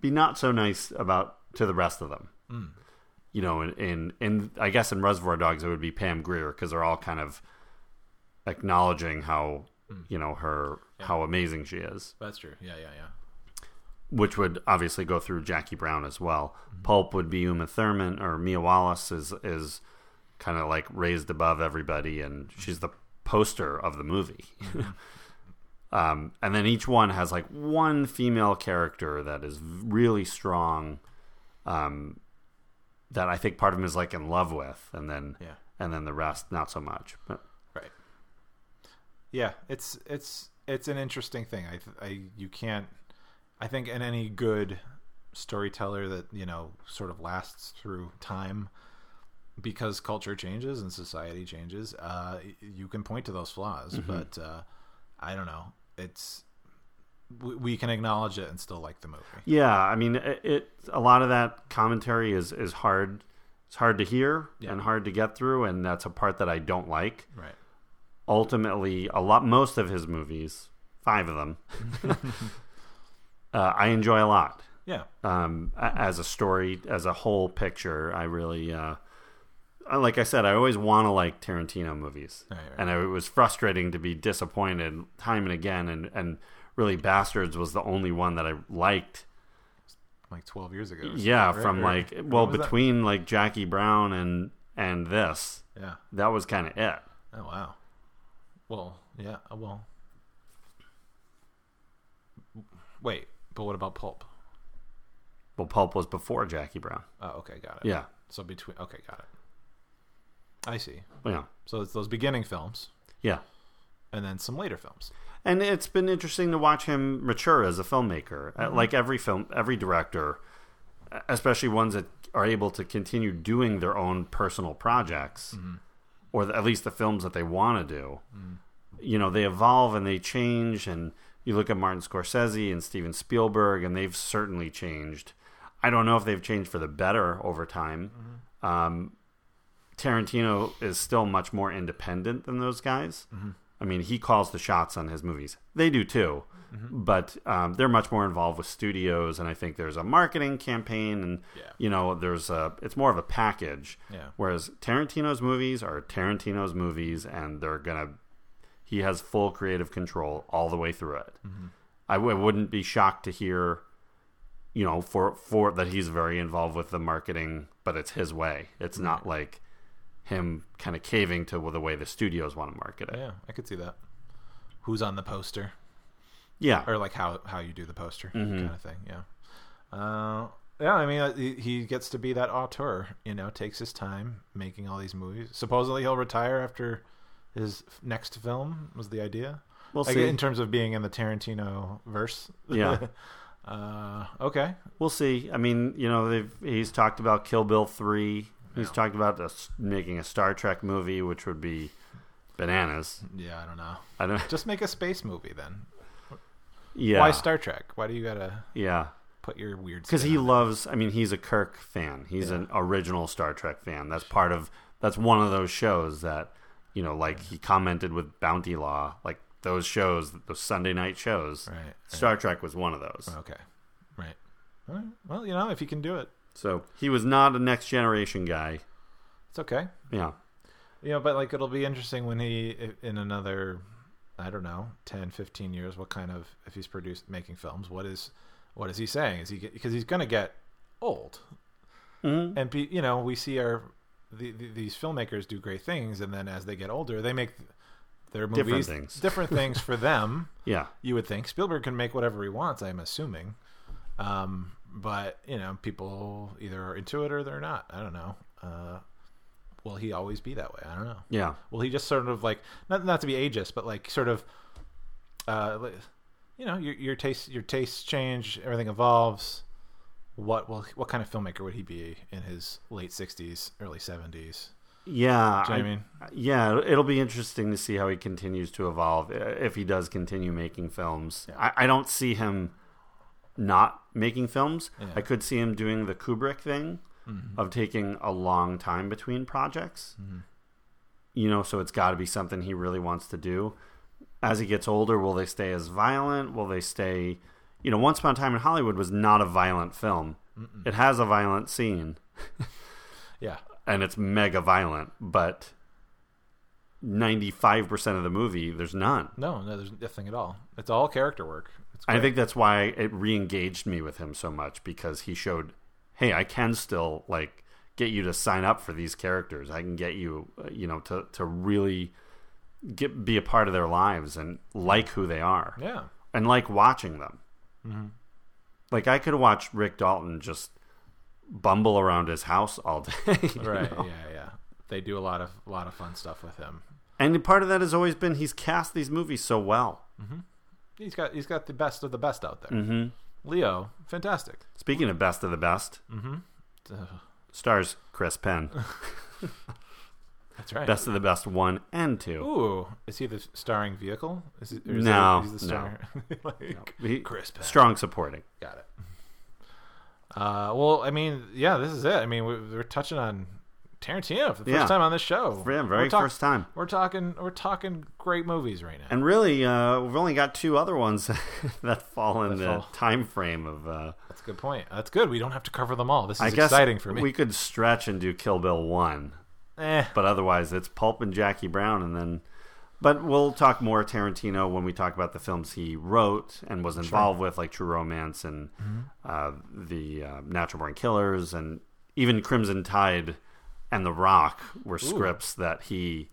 be not so nice about to the rest of them. You know, in, in in I guess in Reservoir Dogs it would be Pam Grier because they're all kind of acknowledging how you know her how amazing she is
That's true. Yeah, yeah, yeah.
which would obviously go through Jackie Brown as well. Pulp would be Uma Thurman or Mia Wallace is is kind of like raised above everybody, and she's the poster of the movie. um, and then each one has like one female character that is really strong. Um, that I think part of him is like in love with, and then
Yeah.
and then the rest not so much. But
Right. Yeah, it's it's it's an interesting thing. I th- I you can't I think in any good storyteller that, you know, sort of lasts through time because culture changes and society changes, uh y- you can point to those flaws,
Mm-hmm.
but uh I don't know. It's we, we can acknowledge it and still like the movie.
Yeah, I mean, it, it a lot of that commentary is is hard. It's hard to hear and hard to get through, and that's a part that I don't like.
Right.
Ultimately, a lot most of his movies, five of them, uh, I enjoy a lot.
Yeah.
Um, a- as a story, as a whole picture, I really, uh, I- like I said, I always want to like Tarantino movies,
Right, right.
and I, it was frustrating to be disappointed time and again. And and really, Bastards was the only one that I liked.
Like 12 years ago. or
Yeah,
something, right?
from
Or-
like
when
well
was that?
between like Jackie Brown and and this,
Yeah.
that was kind of it.
Oh wow. Well, yeah. uh, Well, wait. But what about pulp?
Well, Pulp was before Jackie Brown.
Oh, okay, got it.
Yeah,
So between. Okay, got it. I see.
yeah,
So it's those beginning films,
yeah.
and then some later films.
And it's been interesting to watch him mature as a filmmaker. Uh,
Mm-hmm.
Like every film, every director, especially ones that are able to continue doing their own personal projects,
Mm-hmm.
or th- at least the films that they want to do. You know, they evolve and they change. And you look at Martin Scorsese and Steven Spielberg, and they've certainly changed. I don't know if they've changed for the better over time. Um, Tarantino is still much more independent than those guys. I mean, he calls the shots on his movies. They do too, but um, they're much more involved with studios, and I think there's a marketing campaign, and
Yeah.
you know, there's a it's more of a package.
Yeah.
Whereas Tarantino's movies are Tarantino's movies, and they're gonna he has full creative control all the way through it.
Mm-hmm.
I w- I wouldn't be shocked to hear, you know, for for that he's very involved with the marketing, but it's his way. It's not like him kind of caving to the way the studios want to market it.
Yeah, I could see that. Who's on the poster,
Yeah,
or like how how you do the poster
Mm-hmm.
kind of thing. Yeah. Uh, yeah, I mean, uh, he he gets to be that auteur. You know, takes his time making all these movies. Supposedly, he'll retire after his f- next film. Was the idea?
we'll
like
see.
in terms of being in the Tarantino verse.
Yeah.
uh, okay.
we'll see. I mean, you know, they've, he's talked about Kill Bill three. He's talked about us making a Star Trek movie, which would be bananas.
Yeah, I don't know.
I don't.
Just make a space movie then.
Yeah.
Why Star Trek? Why do you gotta
Yeah.
put your weird?
because
spin
he
on it?
loves i mean he's a kirk fan he's an original star trek fan that's part of that's one of those shows that you know, like he commented with Bounty Law, like those shows, those Sunday night shows.
Right, right.
Star Trek was one of those.
Okay. Right. All right. Well, you know, if you can do it,
So he was not a next generation guy.
it's okay.
Yeah.
You know, but like it'll be interesting when he i- in another I don't know, 10, 15 years what kind of if he's produced making films, what is what is he saying? Is he because he's going to get old.
Mm-hmm.
And be, you know, we see our the, the, these filmmakers do great things and then as they get older, they make their movies
Different things.
different things for them.
Yeah.
you would think Spielberg can make whatever he wants. I'm assuming, um, but you know, people either are into it or they're not. I don't know. Uh, will he always be that way? I don't know.
Yeah.
Will he just sort of like not not to be ageist, but like sort of, uh, li- you know, your your tastes your tastes change, everything evolves. What will what kind of filmmaker would he be in his late sixties, early seventies?
Yeah.
Do you know
I- Yeah, it'll be interesting to see how he continues to evolve uh, if he does continue making films. I, I don't see him not making films. I could see him doing the Kubrick thing
Mm-hmm.
of taking a long time between projects. You know, so it's got to be something he really wants to do. As he gets older, will they stay as violent? Will they stay? You know, Once Upon a Time in Hollywood was not a violent film. It has a violent scene
Yeah,
and it's mega violent, but 95% of the movie, there's none.
no, no, there's nothing at all. It's all character work. It's
I
great.
think that's why it re engaged me with him so much because he showed, hey, I can still, like, get you to sign up for these characters. I can get you, uh, you know, to, to really get be a part of their lives and like who they are
yeah, Mm-hmm.
and like watching them. Like, I could watch Rick Dalton just bumble around his house all day. you
right,
know?
yeah, yeah. They do a lot of a lot of fun stuff with him.
And part of that has always been he's cast these movies so well.
he's got he's got the best of the best out there. Mm-hmm. Leo, fantastic.
Speaking of best of the best, stars Chris Penn.
That's right.
best of the best one and two.
Ooh, is he the starring vehicle? Is it, or is
No,
he, he's the
no.
star? like,
He-
Chris Penn.
Strong supporting.
Got it. Uh, well, I mean, yeah, this is it. I mean, we, we're touching on Tarantino for the first
Yeah.
time on this show.
Yeah, very
We're talk-
first time.
We're talking, we're talking great movies right now.
And really, uh, we've only got two other ones that fall in
That
the
fall.
time frame of. Uh,
That's a good point. That's good. We don't have to cover them all. This is
I guess
exciting for me.
we could stretch and do Kill Bill one,
Eh,
but otherwise it's Pulp and Jackie Brown, and then. But we'll talk more Tarantino when we talk about the films he wrote and was involved with, like True Romance and
Mm-hmm.
uh, the uh, Natural Born Killers, and even Crimson Tide and The Rock were scripts that he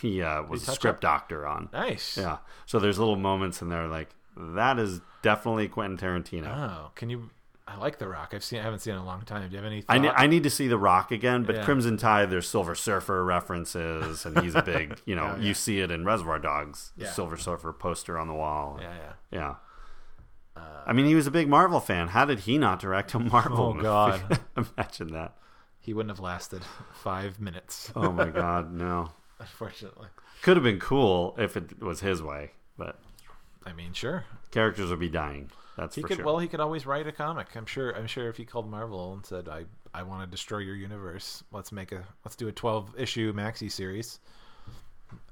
he uh, was a
touched
script
up.
doctor on.
nice.
Yeah, so there's little moments in there like that is definitely Quentin Tarantino.
Oh, can you? I like The Rock. I've seen. I haven't seen it in a long time. Do you have any? Thought?
I, ne- I need to see The Rock again, but
Yeah.
Crimson Tide, there's Silver Surfer references, and he's a big, you know, you see it in Reservoir Dogs, the
Yeah.
Silver Surfer poster on the wall.
yeah, yeah.
Yeah. I mean, he was a big Marvel fan. How did he not direct a Marvel
Oh,
movie?
God.
Imagine that.
He wouldn't have lasted five minutes,
Oh, my God, no.
unfortunately.
Could have been cool if it was his way, but
I mean, sure,
characters would be dying. That's
he
for
could.
sure.
Well, he could always write a comic. I'm sure. I'm sure if he called Marvel and said, "I, I want to destroy your universe. Let's make a. Let's do a 12 issue maxi series."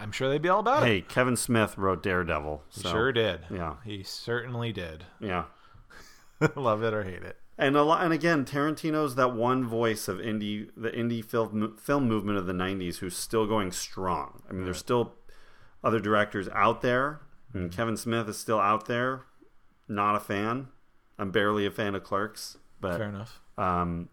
I'm sure they'd be all about it.
hey, Kevin Smith wrote Daredevil. So,
sure did.
yeah.
he certainly did.
Yeah.
Love it or hate it.
And a lot, and again, Tarantino's that one voice of indie, the indie film film movement of the '90s, who's still going strong. I mean, there's still other directors out there, and Kevin Smith is still out there. Not a fan. I'm barely a fan of Clerks, but
Fair enough.
um,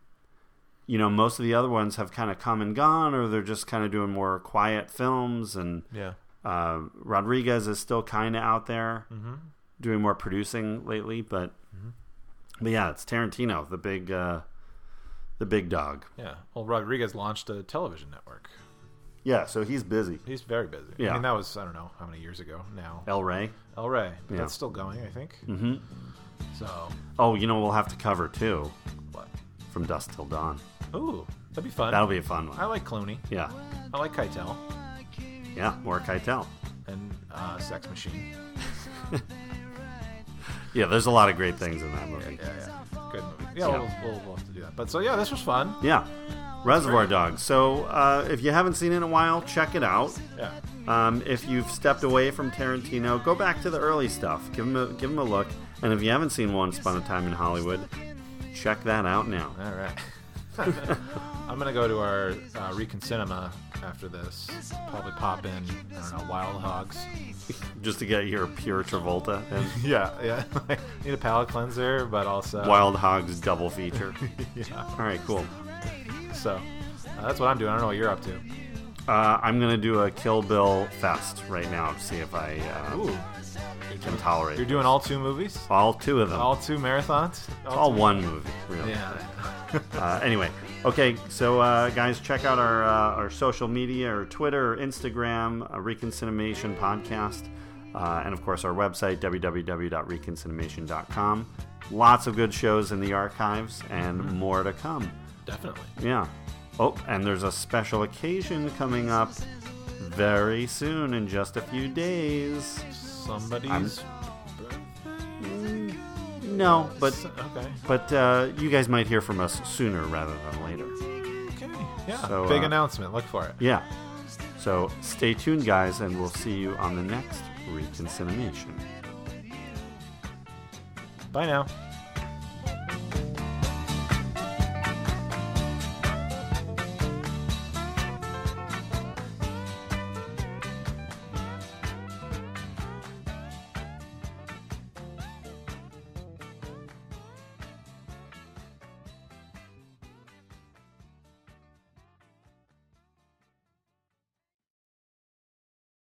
you know, most of the other ones have kind of come and gone, or they're just kind of doing more quiet films. And
Yeah.
uh, Rodriguez is still kind of out there doing more producing lately, but but yeah, it's Tarantino, the big uh, the big dog.
Yeah. Well, Rodriguez launched a television network.
Yeah, so he's busy.
He's very busy.
Yeah.
I mean, that was I don't know how many years ago now.
El Rey.
El Rey, but
Yeah.
that's still going, I think. Mm-hmm. So,
Oh, you know we'll have to cover too
what?
from dusk till dawn.
Ooh, that'd be fun.
That'll be a fun one.
I like Clooney.
yeah,
I like Keitel
yeah, more Keitel.
and uh, Sex Machine.
Yeah, there's a lot of great things in that movie.
Yeah, yeah. Good movie. Yeah, We'll, we'll, we'll have to do that. But so yeah, this was fun.
Yeah, Reservoir Dogs. So uh, if you haven't seen it in a while, check it out.
Yeah.
Um, if you've stepped away from Tarantino, go back to the early stuff. Give him a, give him a look. And if you haven't seen Once Upon a Time in Hollywood, check that out now.
All right. I'm gonna go to our uh, Recon Cinema after this. Probably pop in, I don't know, Wild Hogs.
Just to get your pure Travolta and
Yeah, yeah. need a palate cleanser, but also
Wild Hogs double feature.
Yeah.
All right, cool.
So uh, that's what I'm doing. I don't know what you're up to.
Uh, I'm gonna do a Kill Bill fest right now to see if I uh,
Ooh,
can tolerate
you're doing all two movies,
all two of them.
all two marathons,
all one movie, really.
Yeah.
Uh, anyway, okay, so uh, guys, check out our uh, our social media, our Twitter, Instagram, uh, Reconciliation Podcast, uh, and of course our website www.reconciliation.com. Lots of good shows in the archives and more to come.
Definitely.
Yeah. Oh, and there's a special occasion coming up very soon in just a few days.
Somebody's.
No, but
okay.
but uh, you guys might hear from us sooner rather than later.
Okay. Yeah.
So,
Big
uh,
announcement. Look for it.
Yeah. So stay tuned, guys, and we'll see you on the next Reconcinimation.
Bye now.